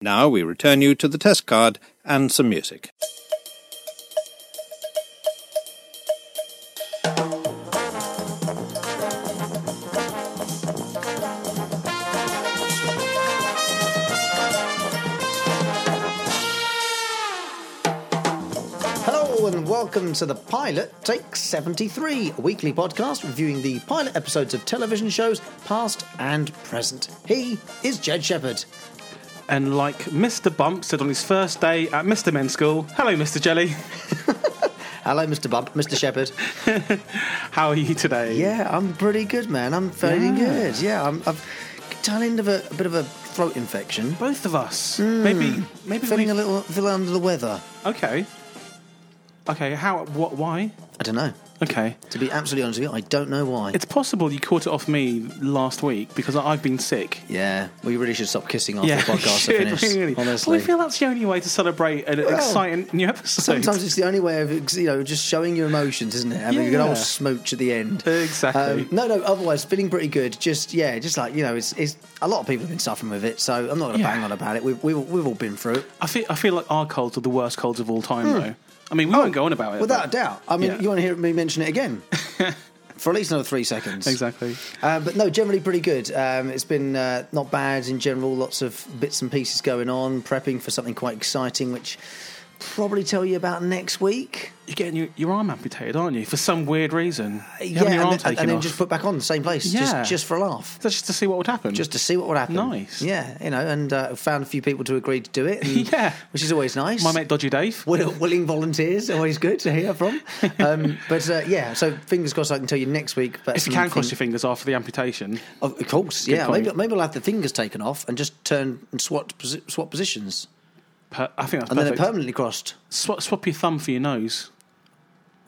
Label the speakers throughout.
Speaker 1: Now we return you to the test card and some music.
Speaker 2: Hello and welcome to the Pilot Take 73, a weekly podcast reviewing the pilot episodes of television shows past and present. He is Jed Shepherd.
Speaker 3: And like Mr. Bump said on his first day at Mr. Men's School, hello, Mr. Jelly.
Speaker 2: Hello, Mr. Bump, Mr. Shepherd.
Speaker 3: How are you today?
Speaker 2: Yeah, I'm pretty good, man. I'm feeling
Speaker 3: Yeah.
Speaker 2: good. Yeah, I'm, I've dying of a, a bit of a throat infection.
Speaker 3: Both of us. Maybe, maybe
Speaker 2: Hmm. Feeling
Speaker 3: we-
Speaker 2: a little, feel under the weather.
Speaker 3: Okay. Okay. How? What? Why?
Speaker 2: I don't know.
Speaker 3: Okay.
Speaker 2: To be absolutely honest with you, I don't know why.
Speaker 3: It's possible you caught it off me last week because I- I've been sick.
Speaker 2: yeah, we really should stop kissing after the
Speaker 3: we
Speaker 2: podcast
Speaker 3: should,
Speaker 2: finished.
Speaker 3: really.
Speaker 2: Honestly.
Speaker 3: we feel that's the only way to celebrate an exciting new episode.
Speaker 2: Sometimes it's the only way of ex- you know just showing your emotions, isn't it? Having a good
Speaker 3: Yeah.
Speaker 2: old smooch at the end. Um,
Speaker 3: Exactly.
Speaker 2: no, no. Otherwise, feeling pretty good. Just yeah, just like you know, it's, it's a lot of people have been suffering with it, so I'm not going to
Speaker 3: Yeah.
Speaker 2: bang on about it. We've, we've we've all been through it,
Speaker 3: I feel I feel like our colds are the worst colds of all
Speaker 2: Hmm.
Speaker 3: time, though. I mean, we
Speaker 2: Oh,
Speaker 3: won't go on about it.
Speaker 2: without a
Speaker 3: but-
Speaker 2: doubt. I mean,
Speaker 3: Yeah.
Speaker 2: you want to hear me mention it again for at least another three seconds.
Speaker 3: Exactly.
Speaker 2: Um, but no, generally pretty good. Um, it's been uh, not bad in general. Lots of bits and pieces going on, prepping for something quite exciting, which probably tell you about next week.
Speaker 3: You're getting your, your arm amputated, aren't you? For some weird reason. You're having
Speaker 2: and,
Speaker 3: your arm
Speaker 2: then- and
Speaker 3: taken
Speaker 2: then
Speaker 3: off.
Speaker 2: just put back on the same place,
Speaker 3: Yeah.
Speaker 2: just just for a laugh,
Speaker 3: That's just to see what would happen.
Speaker 2: just to see what would happen.
Speaker 3: Nice.
Speaker 2: yeah, you know, and uh, found a few people to agree to do it, and-
Speaker 3: Yeah.
Speaker 2: which is always nice.
Speaker 3: my mate Dodgy Dave.
Speaker 2: Will, willing volunteers, always good to hear from. Um, but uh, yeah, so fingers crossed, I can tell you next week. But
Speaker 3: If you can
Speaker 2: Mm-hmm.
Speaker 3: cross your fingers after the amputation,
Speaker 2: of of course, yeah,
Speaker 3: point.
Speaker 2: maybe maybe I'll have the fingers taken off and just turn and swap posi- swap positions,
Speaker 3: per- I think that's
Speaker 2: and then
Speaker 3: perfect.
Speaker 2: they're permanently crossed.
Speaker 3: Swa- swap your thumb for your nose.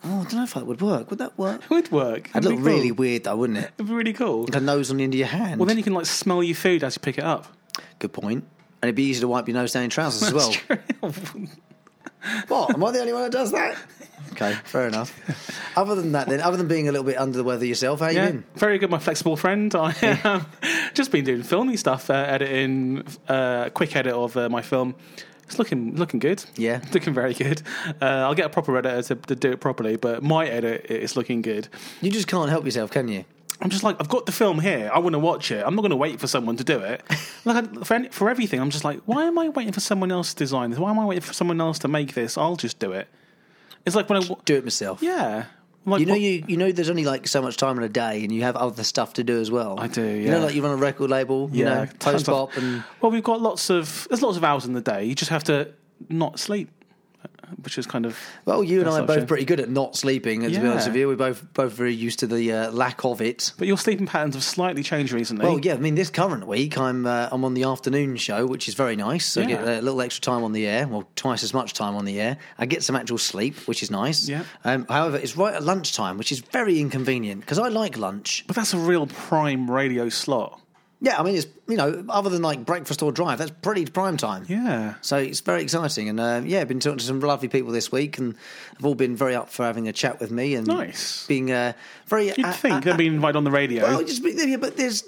Speaker 2: Oh, I don't know if that would work. Would that work?
Speaker 3: It would work.
Speaker 2: That'd
Speaker 3: It'd
Speaker 2: look
Speaker 3: be
Speaker 2: really
Speaker 3: cool.
Speaker 2: weird, though, wouldn't it?
Speaker 3: It'd be really cool.
Speaker 2: Like a nose on the end of your hand.
Speaker 3: Well, then you can like smell your food as you pick it up.
Speaker 2: Good point. And it'd be easy to wipe your nose down in trousers as well. What? Am I the only one that does that? Okay, fair enough. Other than that, then, other than being a little bit under the weather yourself, how you
Speaker 3: Yeah,
Speaker 2: been?
Speaker 3: very good, my flexible friend. I um, just been doing filmy stuff, uh, editing, uh, quick edit of uh, my film. It's looking looking good.
Speaker 2: Yeah.
Speaker 3: looking very good. Uh, I'll get a proper editor to, to do it properly, but my edit is looking good.
Speaker 2: You just can't help yourself, can you?
Speaker 3: I'm just like, I've got the film here. I want to watch it. I'm not going to wait for someone to do it. Like I- for any, for everything, I'm just like, why am I waiting for someone else to design this? Why am I waiting for someone else to make this? I'll just do it. It's like when I, wa-
Speaker 2: Do it myself.
Speaker 3: yeah, I'm like,
Speaker 2: You know,
Speaker 3: what-
Speaker 2: you you know, there's only like so much time in a day, and you have other stuff to do as well.
Speaker 3: I do,
Speaker 2: You know,
Speaker 3: yeah.
Speaker 2: like you run a record label, you know,
Speaker 3: tons
Speaker 2: post
Speaker 3: of-
Speaker 2: pop, and
Speaker 3: well, we've got lots of there's lots of hours in the day. You just have to not sleep, uh, which is kind of
Speaker 2: well, you and
Speaker 3: That's
Speaker 2: I are
Speaker 3: not
Speaker 2: both
Speaker 3: true.
Speaker 2: pretty good at not sleeping. And to be
Speaker 3: Yeah.
Speaker 2: honest with you, we're both both very used to the uh, lack of it.
Speaker 3: but your sleeping patterns have slightly changed recently.
Speaker 2: Well, yeah, I mean, this current week I'm uh, I'm on the afternoon show, which is very nice. So I
Speaker 3: Yeah.
Speaker 2: get a little extra time on the air, well, twice as much time on the air. I get some actual sleep, which is nice.
Speaker 3: Yeah.
Speaker 2: Um, however, it's right at lunchtime, which is very inconvenient because I like lunch.
Speaker 3: but that's a real prime radio slot.
Speaker 2: Yeah, I mean, it's you know, other than like breakfast or drive, that's pretty prime time.
Speaker 3: Yeah,
Speaker 2: So it's very exciting, and uh, yeah, I've been talking to some lovely people this week, and they've all been very up for having a chat with me and
Speaker 3: Nice.
Speaker 2: being uh, very.
Speaker 3: you'd
Speaker 2: uh,
Speaker 3: think
Speaker 2: uh,
Speaker 3: they'd be invited on the radio.
Speaker 2: well, just be- yeah, but there's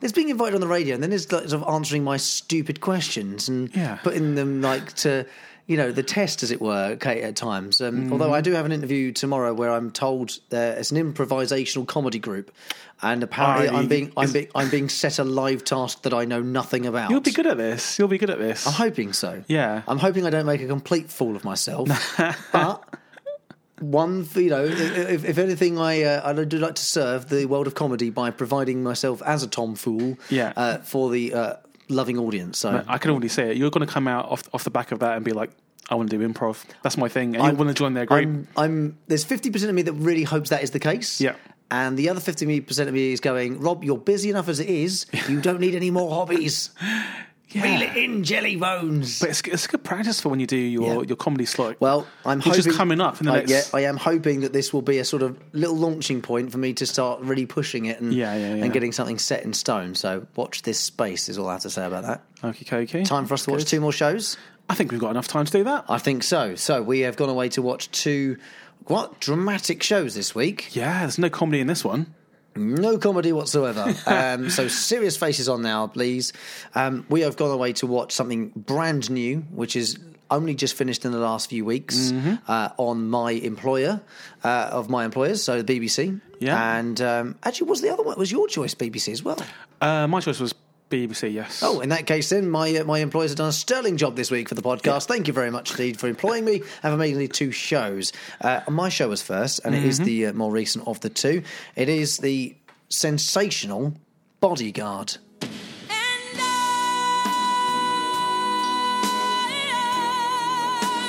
Speaker 2: there's being invited on the radio, and then there's like, sort of answering my stupid questions and
Speaker 3: Yeah.
Speaker 2: putting them like to you know the test, as it were, okay, at times.
Speaker 3: Mm.
Speaker 2: Um, Although I do have an interview tomorrow where I'm told uh, it's an improvisational comedy group, and apparently
Speaker 3: Are
Speaker 2: I'm
Speaker 3: Ah, you-
Speaker 2: being I'm,
Speaker 3: is-
Speaker 2: being I'm being set a live task that I know nothing about.
Speaker 3: You'll be good at this. You'll be good at this.
Speaker 2: I'm hoping so.
Speaker 3: Yeah.
Speaker 2: I'm hoping I don't make a complete fool of myself. but one, you know, if, if anything, I uh, I do like to serve the world of comedy by providing myself as a tomfool.
Speaker 3: Yeah.
Speaker 2: Uh, for the uh, loving audience. So.
Speaker 3: I can already see it. You're going to come out off off the back of that and be like, "I want to do improv. That's my thing." And you want to join their group.
Speaker 2: I'm, I'm there's 50% of me that really hopes that is the case.
Speaker 3: Yeah.
Speaker 2: And the other 50% of me is going, Rob, you're busy enough as it is. You don't need any more hobbies.
Speaker 3: Yeah.
Speaker 2: Reel it in, jelly bones.
Speaker 3: But it's, it's good practice for when you do your,
Speaker 2: Yeah.
Speaker 3: your comedy slot.
Speaker 2: Well, I'm
Speaker 3: which
Speaker 2: hoping,
Speaker 3: is coming up in the
Speaker 2: I-
Speaker 3: next.
Speaker 2: yeah, I am hoping that this will be a sort of little launching point for me to start really pushing it and
Speaker 3: Yeah, yeah, yeah.
Speaker 2: and getting something set in stone. So watch this space is all I have to say about that.
Speaker 3: okay, okay.
Speaker 2: Time for us to watch two more shows.
Speaker 3: I think we've got enough time to do that.
Speaker 2: I think so. So we have gone away to watch two what dramatic shows this week.
Speaker 3: Yeah, there's no comedy in this one.
Speaker 2: No comedy whatsoever. um, so serious faces on now, please. Um, we have gone away to watch something brand new, which is only just finished in the last few weeks uh, on my employer uh, of my employers, so the BBC.
Speaker 3: Yeah.
Speaker 2: And um, actually, was the other one it was your choice, BBC as well.
Speaker 3: Uh, my choice was BBC. Yes.
Speaker 2: Oh, in that case, then my uh, my employers have done a sterling job this week for the podcast. Thank you very much indeed for employing me and for making the two shows. Uh, my show was first, and it
Speaker 3: Mm-hmm.
Speaker 2: is the uh, more recent of the two. It is the sensational Bodyguard.
Speaker 4: And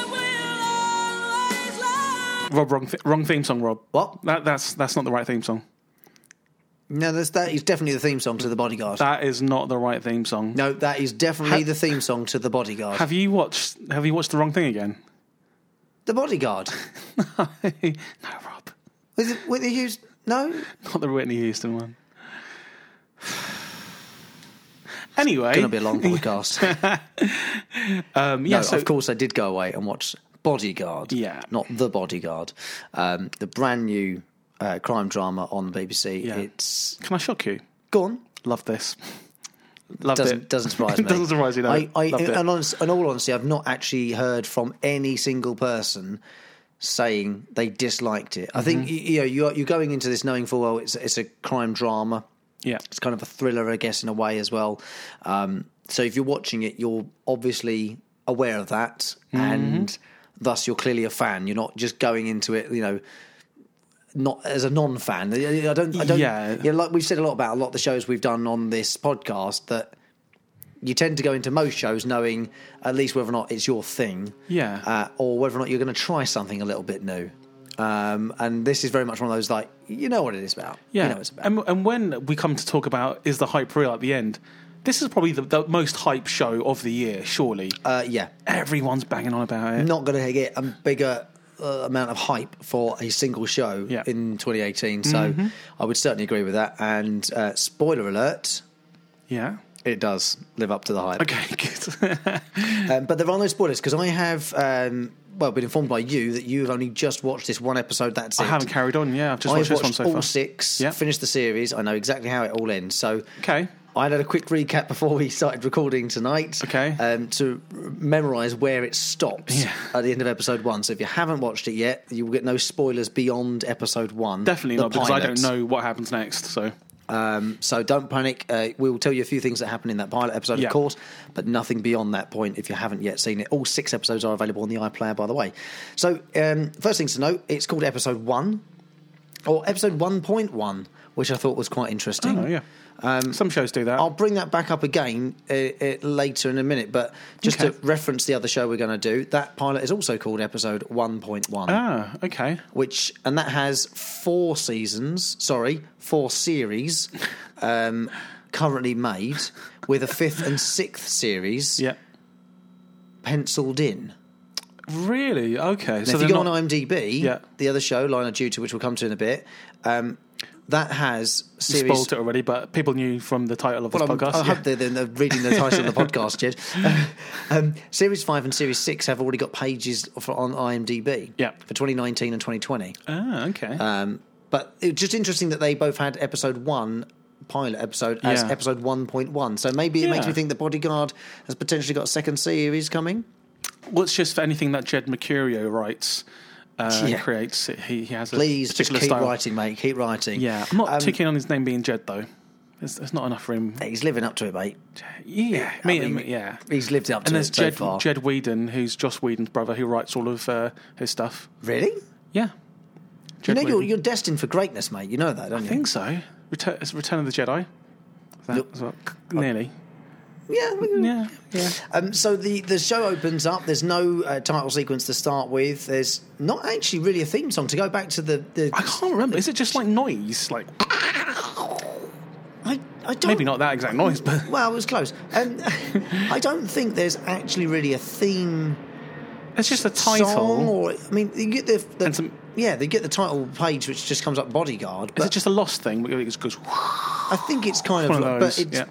Speaker 4: I will always love
Speaker 3: Rob, wrong, th- wrong theme song. Rob.
Speaker 2: What?
Speaker 3: That, that's that's not the right theme song.
Speaker 2: No, that's, that is definitely the theme song to the Bodyguard.
Speaker 3: That is not the right theme song.
Speaker 2: no, that is definitely the theme song to the Bodyguard.
Speaker 3: Have you watched? Have you watched the wrong thing again?
Speaker 2: the Bodyguard.
Speaker 3: no, Rob.
Speaker 2: With Whitney Hughes? No,
Speaker 3: Not the Whitney Houston one. Anyway,
Speaker 2: going to be a long podcast.
Speaker 3: um, yeah,
Speaker 2: No,
Speaker 3: so-
Speaker 2: Uh, of course I did go away and watch Bodyguard.
Speaker 3: Yeah.
Speaker 2: not The Bodyguard, um, the brand new uh, crime drama on the BBC.
Speaker 3: Yeah.
Speaker 2: It's
Speaker 3: Can I shock you?
Speaker 2: gone.
Speaker 3: Love this. Loved
Speaker 2: Doesn't
Speaker 3: it.
Speaker 2: doesn't surprise me.
Speaker 3: doesn't surprise you. No.
Speaker 2: I, I,
Speaker 3: Loved it.
Speaker 2: in, honest, in all honesty, I've not actually heard from any single person saying they disliked it. I
Speaker 3: Mm-hmm.
Speaker 2: think you, you know you're, you're going into this knowing full well it's it's a crime drama.
Speaker 3: yeah.
Speaker 2: It's kind of a thriller, I guess, in a way as well. Um, so if you're watching it, you're obviously aware of that, and
Speaker 3: Mm-hmm.
Speaker 2: thus you're clearly a fan. You're not just going into it, you know, not as a non-fan. I don't, I don't.
Speaker 3: Yeah.
Speaker 2: you know, like we've said a lot about a lot of the shows we've done on this podcast that you tend to go into most shows knowing at least whether or not it's your thing,
Speaker 3: Yeah.
Speaker 2: uh, or whether or not you're going to try something a little bit new. Um, and this is very much one of those like you know what it is about.
Speaker 3: Yeah.
Speaker 2: you know what it's about.
Speaker 3: And, and when we come to talk about is the hype real at the end, this is probably the, the most hype show of the year, surely.
Speaker 2: uh, yeah.
Speaker 3: Everyone's banging on about it.
Speaker 2: not going to get a bigger uh, amount of hype for a single show
Speaker 3: Yeah. Mm-hmm.
Speaker 2: in 2018. So I would certainly agree with that. And uh, spoiler alert,
Speaker 3: Yeah.
Speaker 2: it does live up to the hype.
Speaker 3: Okay, good.
Speaker 2: Um, but there are no spoilers because I have, um, well, been informed by you that you've only just watched this one episode. That's
Speaker 3: I
Speaker 2: it.
Speaker 3: haven't carried on. Yeah, I've just
Speaker 2: I've
Speaker 3: watched,
Speaker 2: watched
Speaker 3: this one so
Speaker 2: all
Speaker 3: far.
Speaker 2: six,
Speaker 3: Yeah.
Speaker 2: finished the series. I know exactly how it all ends. So
Speaker 3: Okay.
Speaker 2: I had a quick recap before we started recording tonight.
Speaker 3: Okay.
Speaker 2: Um, to memorise where it stops
Speaker 3: Yeah.
Speaker 2: at the end of episode one. So if you haven't watched it yet, you will get no spoilers beyond episode one.
Speaker 3: Definitely
Speaker 2: the
Speaker 3: not because I
Speaker 2: pilot.
Speaker 3: don't know what happens next. So
Speaker 2: Um, so don't panic. Uh, we will tell you a few things that happen in that pilot episode,
Speaker 3: Yeah.
Speaker 2: of course, but nothing beyond that point if you haven't yet seen it. All six episodes are available on the iPlayer, by the way. So, um, first things to note, it's called episode one or episode 1.1, which I thought was quite interesting.
Speaker 3: oh, yeah. Some shows do that.
Speaker 2: Um, I'll bring that back up again uh, uh, later in a minute, but just
Speaker 3: Okay.
Speaker 2: to reference the other show we're going to do, that pilot is also called episode 1.1,
Speaker 3: ah, okay.
Speaker 2: which, and that has four seasons, sorry, four series um, currently made, with a fifth and sixth series
Speaker 3: Yeah.
Speaker 2: penciled in.
Speaker 3: Really? Okay.
Speaker 2: And
Speaker 3: So
Speaker 2: if you
Speaker 3: they're
Speaker 2: go
Speaker 3: not,
Speaker 2: on IMDb,
Speaker 3: Yeah.
Speaker 2: the other show, Line of Duty, which we'll come to in a bit, um, that has
Speaker 3: you
Speaker 2: series
Speaker 3: spoiled it already, but people knew from the title of this
Speaker 2: Well, I'm-
Speaker 3: podcast.
Speaker 2: I
Speaker 3: yeah.
Speaker 2: hope they're, they're reading the title of the podcast, Jed. Um, series 5 and Series 6 have already got pages for, on IMDb
Speaker 3: Yeah.
Speaker 2: for 2019 and 2020.
Speaker 3: ah, okay.
Speaker 2: Um, but it's just interesting that they both had episode 1 pilot episode as
Speaker 3: Yeah.
Speaker 2: episode 1.1. So maybe it makes
Speaker 3: Yeah.
Speaker 2: me think the Bodyguard has potentially got a second series coming.
Speaker 3: What's just for anything that Jed Mercurio writes uh,
Speaker 2: Yeah.
Speaker 3: creates? He, he has a
Speaker 2: Please just
Speaker 3: particular
Speaker 2: keep
Speaker 3: style.
Speaker 2: writing, mate. Keep writing.
Speaker 3: Yeah, I'm not
Speaker 2: Um,
Speaker 3: too keen on his name being Jed though. There's, there's not enough room.
Speaker 2: He's living up to it, mate.
Speaker 3: Yeah, I mean,
Speaker 2: mean,
Speaker 3: yeah.
Speaker 2: He's lived up to it
Speaker 3: And there's
Speaker 2: so
Speaker 3: Jed
Speaker 2: far.
Speaker 3: Jed Whedon, who's Joss Whedon's brother, who writes all of uh, his stuff.
Speaker 2: Really?
Speaker 3: Yeah,
Speaker 2: You
Speaker 3: Jed
Speaker 2: know, you're,
Speaker 3: Whedon.
Speaker 2: you're destined for greatness, mate. You know that, don't
Speaker 3: I
Speaker 2: you?
Speaker 3: think so. Return, it's Return of the Jedi. Is that-
Speaker 2: Look- uh,
Speaker 3: is that- nearly.
Speaker 2: Yeah. we-
Speaker 3: Yeah, yeah.
Speaker 2: Um, so the, the show opens up. There's no uh, title sequence to start with. There's not actually really a theme song. To go back to the, the
Speaker 3: I can't remember. Is it just like noise? Like
Speaker 2: I, I don't,
Speaker 3: maybe not that exact noise, but
Speaker 2: Well, it was close. Um, I don't think there's actually really a theme
Speaker 3: it's just a
Speaker 2: song,
Speaker 3: title.
Speaker 2: or I mean, you get the, the
Speaker 3: And some-
Speaker 2: yeah, they get the title page, which just comes up Bodyguard.
Speaker 3: Is
Speaker 2: But
Speaker 3: it just a lost thing? It just goes.
Speaker 2: I think it's kind of,
Speaker 3: One
Speaker 2: like-
Speaker 3: of
Speaker 2: but
Speaker 3: those.
Speaker 2: it
Speaker 3: Yeah.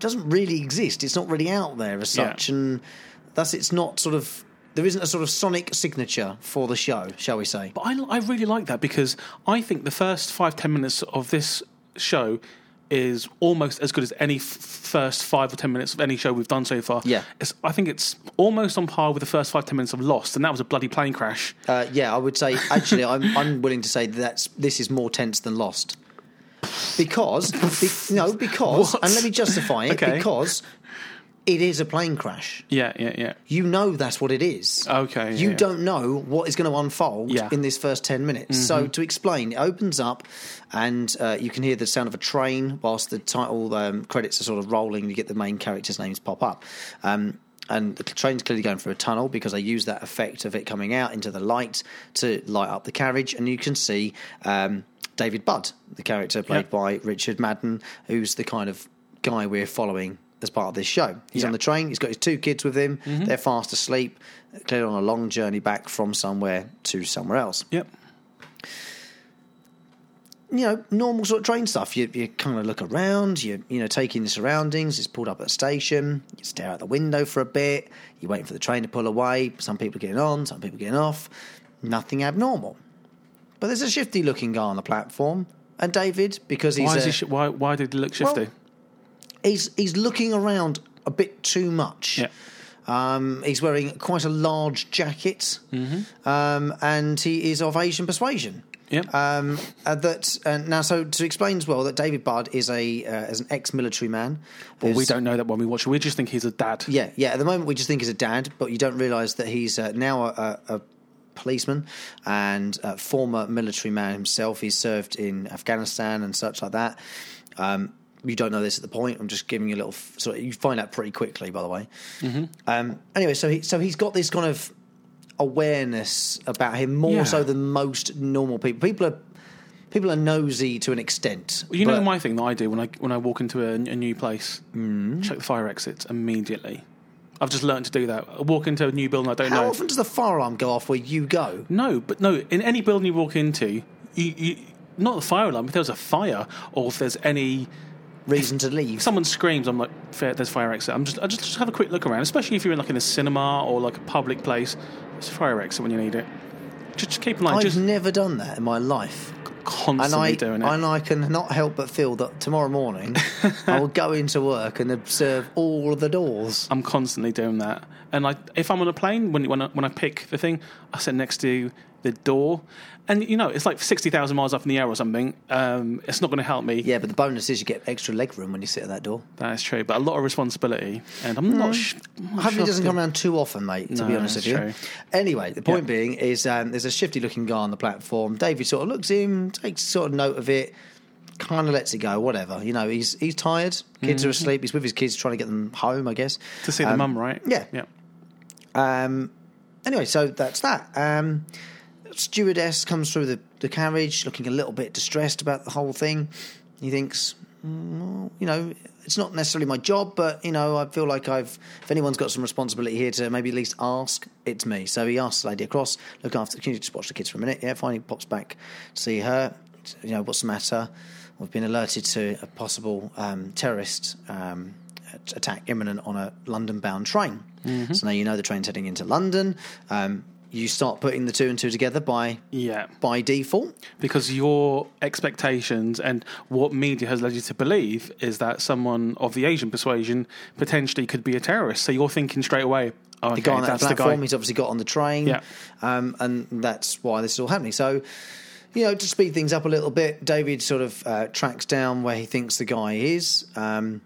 Speaker 2: doesn't really exist. It's not really out there as
Speaker 3: Yeah.
Speaker 2: such, and thus it's not sort of. there isn't a sort of sonic signature for the show, shall we say?
Speaker 3: But I, I really like that because I think the first five, ten minutes of this show is almost as good as any f- first five or ten minutes of any show we've done so far.
Speaker 2: Yeah.
Speaker 3: It's, I think it's almost on par with the first five, ten minutes of Lost, and that was a bloody plane crash.
Speaker 2: Uh, yeah, I would say actually, I'm I'm willing to say that that's, this is more tense than Lost. Because be, no, because
Speaker 3: What?
Speaker 2: and let me justify it
Speaker 3: Okay.
Speaker 2: because it is a plane crash.
Speaker 3: Yeah, yeah, yeah.
Speaker 2: You know that's what it is.
Speaker 3: Okay,
Speaker 2: You
Speaker 3: yeah.
Speaker 2: don't know what is going to unfold
Speaker 3: Yeah. Mm-hmm.
Speaker 2: in this first ten minutes. So to explain, it opens up, and uh, you can hear the sound of a train whilst the title um, credits are sort of rolling. You get the main characters' names pop up. Um, and the train's clearly going through a tunnel because they use that effect of it coming out into the light to light up the carriage, and you can see um, David Budd, the character played
Speaker 3: Yeah.
Speaker 2: by Richard Madden, who's the kind of guy we're following as part of this show. He's
Speaker 3: Yeah. Mm-hmm.
Speaker 2: on the train, he's got his two kids with him, they're fast asleep, clearly on a long journey back from somewhere to somewhere else.
Speaker 3: Yep.
Speaker 2: You know, normal sort of train stuff. You, you kind of look around, you you know, take in the surroundings, it's pulled up at a station, you stare out the window for a bit, you're waiting for the train to pull away, some people getting on, some people getting off, nothing abnormal. But there's a shifty looking guy on the platform, and David, because he's
Speaker 3: Why, is
Speaker 2: a-
Speaker 3: he sh- why, why did he look shifty?
Speaker 2: Well, he's he's looking around a bit too much.
Speaker 3: Yeah.
Speaker 2: Um, he's wearing quite a large jacket,
Speaker 3: Mm-hmm.
Speaker 2: um, and he is of Asian persuasion.
Speaker 3: Yep.
Speaker 2: Um, uh, that uh, now, so to explain as well that David Budd is a uh, is an ex-military man.
Speaker 3: well, we
Speaker 2: who's-
Speaker 3: don't know that when we watch it. We just think he's a dad.
Speaker 2: Yeah, yeah. At the moment, we just think he's a dad, but you don't realise that he's uh, now a, a, a policeman and a former military man himself. He's served in Afghanistan and such like that. Um, you don't know this at the point. I'm just giving you a little. f- Sort of, you find out pretty quickly, by the way.
Speaker 3: Mm-hmm.
Speaker 2: Um, anyway, so he so he's got this kind of awareness about him more
Speaker 3: Yeah.
Speaker 2: so than most normal people. People are people are nosy to an extent.
Speaker 3: You know
Speaker 2: but-
Speaker 3: my thing that I do when I when I walk into a, a new place,
Speaker 2: Mm-hmm.
Speaker 3: check the fire exits immediately. I've just learned to do that. I walk into a new building I don't
Speaker 2: How
Speaker 3: know.
Speaker 2: often does the fire alarm go off where you go?
Speaker 3: No, but no. In any building you walk into, you, you not the fire alarm. If there's a fire or if there's any
Speaker 2: Reason to leave.
Speaker 3: if someone screams, I'm like, "Fair- there's fire exit. I'm just I just, just have a quick look around, especially if you're in like in a cinema or like a public place. There's a fire exit when you need it. Just, just keep in mind,
Speaker 2: I've
Speaker 3: just
Speaker 2: never done that in my life. And
Speaker 3: constantly
Speaker 2: I,
Speaker 3: doing it.
Speaker 2: and I can not help but feel that tomorrow morning I will go into work and observe all of the doors.
Speaker 3: I'm constantly doing that. And I, if I'm on a plane, when when I, when I pick the thing, I sit next to the door, and you know it's like sixty thousand miles up in the air or something. Um, it's not going to help me.
Speaker 2: Yeah, but the bonus is you get extra leg room when you sit at that door.
Speaker 3: that is true. But a lot of responsibility, and I'm not. Sh- I'm
Speaker 2: Mm. I
Speaker 3: not
Speaker 2: hope
Speaker 3: sure
Speaker 2: it doesn't
Speaker 3: if-
Speaker 2: come around too often, mate, to
Speaker 3: No,
Speaker 2: be honest with
Speaker 3: that's
Speaker 2: you.
Speaker 3: true.
Speaker 2: Anyway, the point
Speaker 3: Yeah.
Speaker 2: being is um, there's a shifty looking guy on the platform. David sort of looks at him, takes sort of note of it, kind of lets it go, whatever. You know, he's he's tired, kids
Speaker 3: Mm-hmm.
Speaker 2: are asleep, he's with his kids trying to get them home, I guess.
Speaker 3: to see the
Speaker 2: Um,
Speaker 3: mum, right?
Speaker 2: yeah.
Speaker 3: yeah.
Speaker 2: Um, anyway, so that's that. Um, stewardess comes through the, the carriage looking a little bit distressed about the whole thing. He thinks, "Mm, well, you know, it's not necessarily my job, but, you know, I feel like I've, if anyone's got some responsibility here to maybe at least ask, it's me. So he asks the lady across, look after, can you just watch the kids for a minute? Yeah, finally pops back, to see her, you know, what's the matter? We've been alerted to a possible um, terrorist um, at- attack imminent on a London bound train. So now you know the train's heading into London. Um, you start putting the two and two together by
Speaker 3: Yeah.
Speaker 2: by default.
Speaker 3: Because your expectations and what media has led you to believe is that someone of the Asian persuasion potentially could be a terrorist. So you're thinking straight away, oh,
Speaker 2: The
Speaker 3: okay,
Speaker 2: guy on that
Speaker 3: that's the
Speaker 2: platform,
Speaker 3: guy.
Speaker 2: he's obviously got on the train,
Speaker 3: Yeah.
Speaker 2: um, and that's why this is all happening. So, you know, to speed things up a little bit, David sort of uh, tracks down where he thinks the guy is. Um,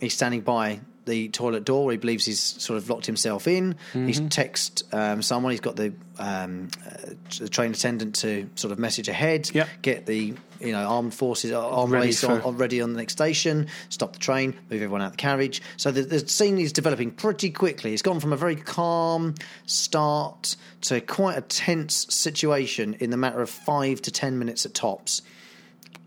Speaker 2: he's standing by the toilet door where he believes he's sort of locked himself in.
Speaker 3: Mm-hmm.
Speaker 2: He's text um, someone. He's got the um, uh, the train attendant to sort of message ahead.
Speaker 3: Yep.
Speaker 2: Get the you know armed forces uh, armed
Speaker 3: Ready
Speaker 2: race on,
Speaker 3: for-
Speaker 2: on- ready on the next station. Stop the train. Move everyone out of the carriage. So the, the scene is developing pretty quickly. It's gone from a very calm start to quite a tense situation in the matter of five to ten minutes at tops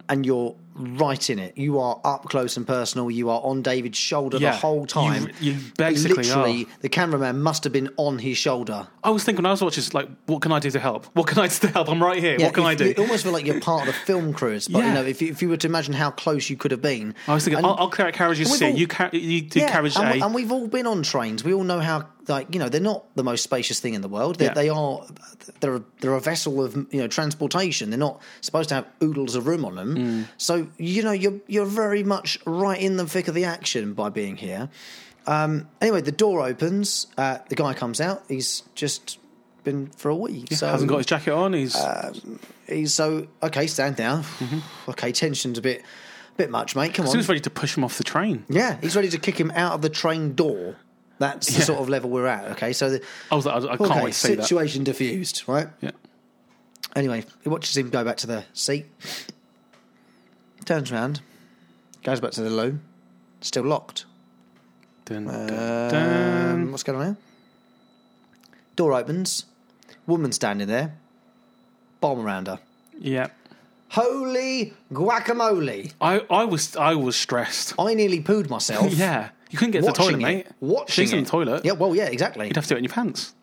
Speaker 2: and you're right in it. You are up close and personal. You are on David's shoulder
Speaker 3: Yeah.
Speaker 2: the whole time.
Speaker 3: You- you basically
Speaker 2: literally,
Speaker 3: are.
Speaker 2: the cameraman must have been on his shoulder.
Speaker 3: I was thinking when I was watching, it's like, what can I do to help? What can I do to help? I'm right here. what can
Speaker 2: you,
Speaker 3: I do?
Speaker 2: You almost feel like you're part of the film crew. It's like,
Speaker 3: Yeah.
Speaker 2: you know, if you, if you were to imagine how close you could have been.
Speaker 3: I was thinking,
Speaker 2: And-
Speaker 3: I'll, I'll carry out carriages
Speaker 2: And we've
Speaker 3: C.
Speaker 2: all-
Speaker 3: you, car- you do
Speaker 2: Yeah,
Speaker 3: carriage
Speaker 2: and,
Speaker 3: A.
Speaker 2: we, and we've all been on trains. We all know how, like you know, they're not the most spacious thing in the world. They,
Speaker 3: Yeah.
Speaker 2: they are, they're a, they're a vessel of you know transportation. They're not supposed to have oodles of room on them.
Speaker 3: Mm.
Speaker 2: So you know you're you're very much right in the thick of the action by being here. Um, anyway, the door opens. Uh, the guy comes out. He's just been for a week. so
Speaker 3: Hasn't got his jacket on. He's
Speaker 2: uh, he's so okay. Stand down. Okay, tension's a bit bit much, mate. Come on.
Speaker 3: soon Mm-hmm. as ready to push him off the train.
Speaker 2: Yeah, he's ready to kick him out of the train door. That's the
Speaker 3: Yeah.
Speaker 2: sort of level we're at. Okay, so the
Speaker 3: I was like, I, I can't
Speaker 2: okay,
Speaker 3: wait to see that.
Speaker 2: situation diffused, right?
Speaker 3: Yeah.
Speaker 2: Anyway, he watches him go back to the seat, turns around, goes back to the loo, still locked.
Speaker 3: Dun, dun, dun.
Speaker 2: Um, what's going on here? Door opens, woman standing there, bomb around her.
Speaker 3: Yeah.
Speaker 2: Holy guacamole!
Speaker 3: I, I was I was stressed.
Speaker 2: I nearly pooed myself.
Speaker 3: Yeah. You couldn't get to the toilet,
Speaker 2: watching it,
Speaker 3: mate.
Speaker 2: Watching
Speaker 3: She's
Speaker 2: it.
Speaker 3: in the toilet.
Speaker 2: Yeah, well, yeah, exactly.
Speaker 3: You'd have to do it in your pants.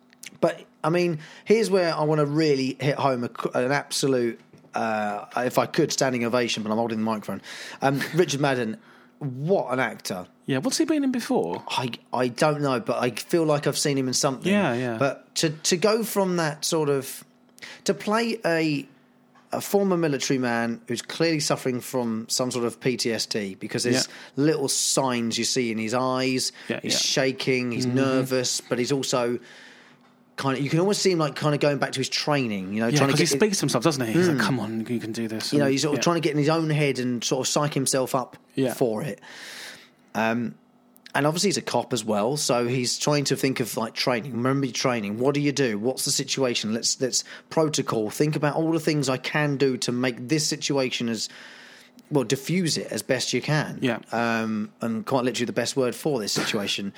Speaker 2: But I mean, here's where I want to really hit home a, c- an absolute, uh, if I could, standing ovation. But I'm holding the microphone. Um, Richard Madden, what an actor!
Speaker 3: Yeah. What's he been in before?
Speaker 2: I I don't know, but I feel like I've seen him in something.
Speaker 3: Yeah, yeah.
Speaker 2: But to to go from that sort of to play a a former military man who's clearly suffering from some sort of PTSD because there's little signs you see in his eyes.
Speaker 3: Yeah, Mm-hmm.
Speaker 2: he's
Speaker 3: yeah.
Speaker 2: shaking, he's nervous, but he's also kind of you can almost see him like kind of going back to his training, you know,
Speaker 3: Yeah,
Speaker 2: trying to
Speaker 3: because he
Speaker 2: get Hmm.
Speaker 3: speaks to himself, doesn't he? He's like, "Come on, you can do this."
Speaker 2: you know,
Speaker 3: and-
Speaker 2: he's sort of
Speaker 3: yeah.
Speaker 2: trying to get in his own head and sort of psych himself up
Speaker 3: Yeah.
Speaker 2: for it. Um, and obviously he's a cop as well, so he's trying to think of like training. Remember your training. What do you do? What's the situation? Let's let's protocol. Think about all the things I can do to make this situation as well diffuse it as best you can.
Speaker 3: Yeah.
Speaker 2: Um, and quite literally the best word for this situation.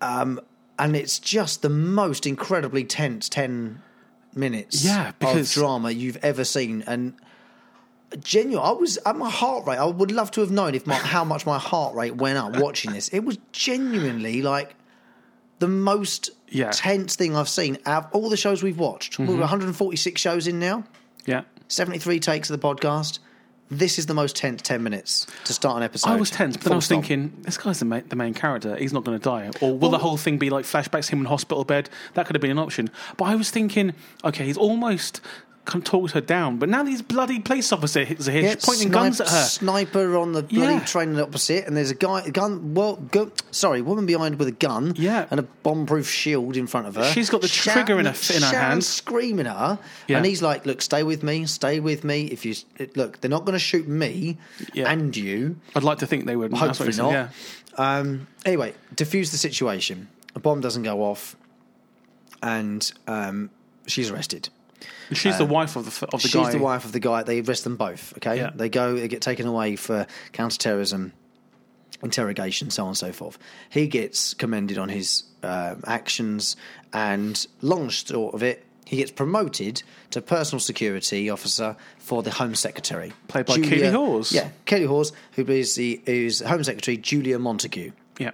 Speaker 2: um, and it's just the most incredibly tense ten minutes
Speaker 3: Yeah,
Speaker 2: of
Speaker 3: because-
Speaker 2: drama you've ever seen and genuine i was at my heart rate i would love to have known if my, how much my heart rate went up watching this it was genuinely like the most
Speaker 3: Yeah. Mm-hmm.
Speaker 2: tense thing i've seen out of all the shows we've watched we're 146 shows in now
Speaker 3: Yeah.
Speaker 2: 73 takes of the podcast this is the most tense 10 minutes to start an episode
Speaker 3: I was tense, but then
Speaker 2: Full
Speaker 3: I was
Speaker 2: stop.
Speaker 3: thinking, this guy's the main, the main character. He's not going to die. Or will the whole thing be like flashbacks, him in hospital bed? That could have been an option. But I was thinking, okay, he's almost kind of talked her down. But now these bloody police officers are here
Speaker 2: Yeah,
Speaker 3: pointing
Speaker 2: snipe-
Speaker 3: guns at her.
Speaker 2: Sniper on the bloody
Speaker 3: Yeah.
Speaker 2: train opposite, and there's a guy, gun, well, go, sorry, woman behind with a gun,
Speaker 3: Yeah.
Speaker 2: and a bomb-proof shield in front of her.
Speaker 3: She's got the
Speaker 2: Shouting-
Speaker 3: trigger in her- in her
Speaker 2: shouting,
Speaker 3: hand.
Speaker 2: screaming at her,
Speaker 3: Yeah.
Speaker 2: and he's like, "Look, stay with me, stay with me. If you look, they're not going to shoot me
Speaker 3: Yeah.
Speaker 2: and you.
Speaker 3: I'd like to think they would. That's what
Speaker 2: Hopefully
Speaker 3: he said,
Speaker 2: not.
Speaker 3: Yeah.
Speaker 2: Um, anyway, diffuse the situation. A bomb doesn't go off, and um, she's arrested.
Speaker 3: And Um, She's the wife of the, of the
Speaker 2: She's
Speaker 3: guy.
Speaker 2: the wife of the guy. They arrest them both. Okay,
Speaker 3: Yeah.
Speaker 2: they go. They get taken away for counterterrorism, interrogation, so on and so forth. He gets commended on his uh, actions, and long and short of it, he gets promoted to personal security officer for the Home Secretary,
Speaker 3: Played by Katie Hawes.
Speaker 2: Yeah, Kelly Hawes, who plays the who's Home Secretary Julia Montague.
Speaker 3: Yeah.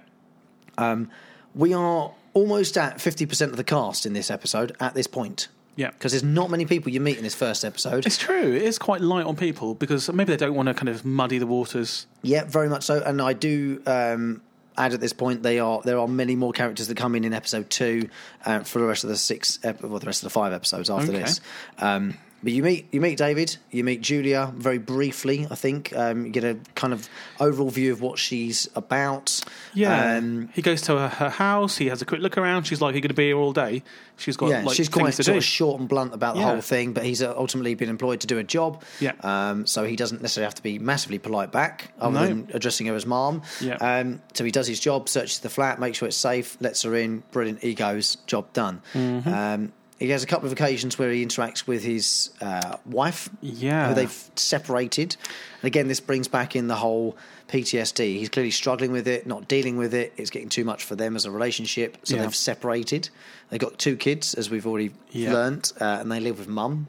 Speaker 2: We are almost at fifty percent of the cast in this episode at this point.
Speaker 3: Yeah.
Speaker 2: Because there's not many people you meet in this first episode.
Speaker 3: It's true. It is quite light on people because maybe they don't want to kind of muddy the waters.
Speaker 2: Yeah, very much so. And I do um, add at this point they are there are many more characters that come in in episode two uh, for the rest of the six ep- well, the rest of the five episodes after
Speaker 3: Okay.
Speaker 2: this. Um, but you meet you meet David, you meet Julia very briefly. I think um, you get a kind of overall view of what she's about.
Speaker 3: Yeah.
Speaker 2: Um,
Speaker 3: he goes to her, her house. He has a quick look around. She's like, "You're going to be here all day." She's got
Speaker 2: yeah,
Speaker 3: like
Speaker 2: she's
Speaker 3: things
Speaker 2: quite
Speaker 3: to
Speaker 2: sort
Speaker 3: do.
Speaker 2: of short and blunt about the
Speaker 3: Yeah.
Speaker 2: whole thing, but he's uh, ultimately been employed to do a job.
Speaker 3: Yeah.
Speaker 2: Um, so he doesn't necessarily have to be massively polite back, other
Speaker 3: No.
Speaker 2: than addressing her as mom.
Speaker 3: Yeah.
Speaker 2: Um, so he does his job, searches the flat, makes sure it's safe, lets her in. Brilliant, he goes, job done.
Speaker 3: Mm-hmm.
Speaker 2: Um, he has a couple of occasions where he interacts with his uh, wife,
Speaker 3: Yeah.
Speaker 2: who they've separated. And again, this brings back in the whole PTSD. He's clearly struggling with it, not dealing with it. It's getting too much for them as a relationship, so
Speaker 3: Yeah.
Speaker 2: they've separated. They got two kids, as we've already
Speaker 3: Yeah.
Speaker 2: learnt, uh, and they live with mum.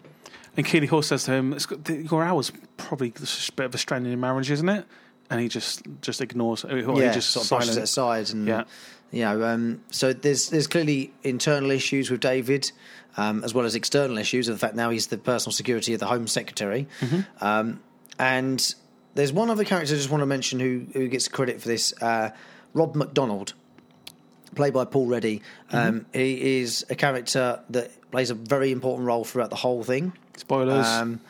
Speaker 3: And Keely Hall says to him, it's got, "Your hour's probably a bit of a strain in your marriage, isn't it?" And he just just ignores. Or he
Speaker 2: yeah,
Speaker 3: just
Speaker 2: sort of
Speaker 3: silent.
Speaker 2: brushes it aside, and
Speaker 3: Yeah.
Speaker 2: you know, um, so there's there's clearly internal issues with David, um, as well as external issues. In fact, now he's the personal security of the Home Secretary, um, and there's one other character I just want to mention who who gets credit for this, uh, Rob McDonald. Played by Paul Reddy, um, he is a character that plays a very important role throughout the whole thing.
Speaker 3: Spoilers.
Speaker 2: Um,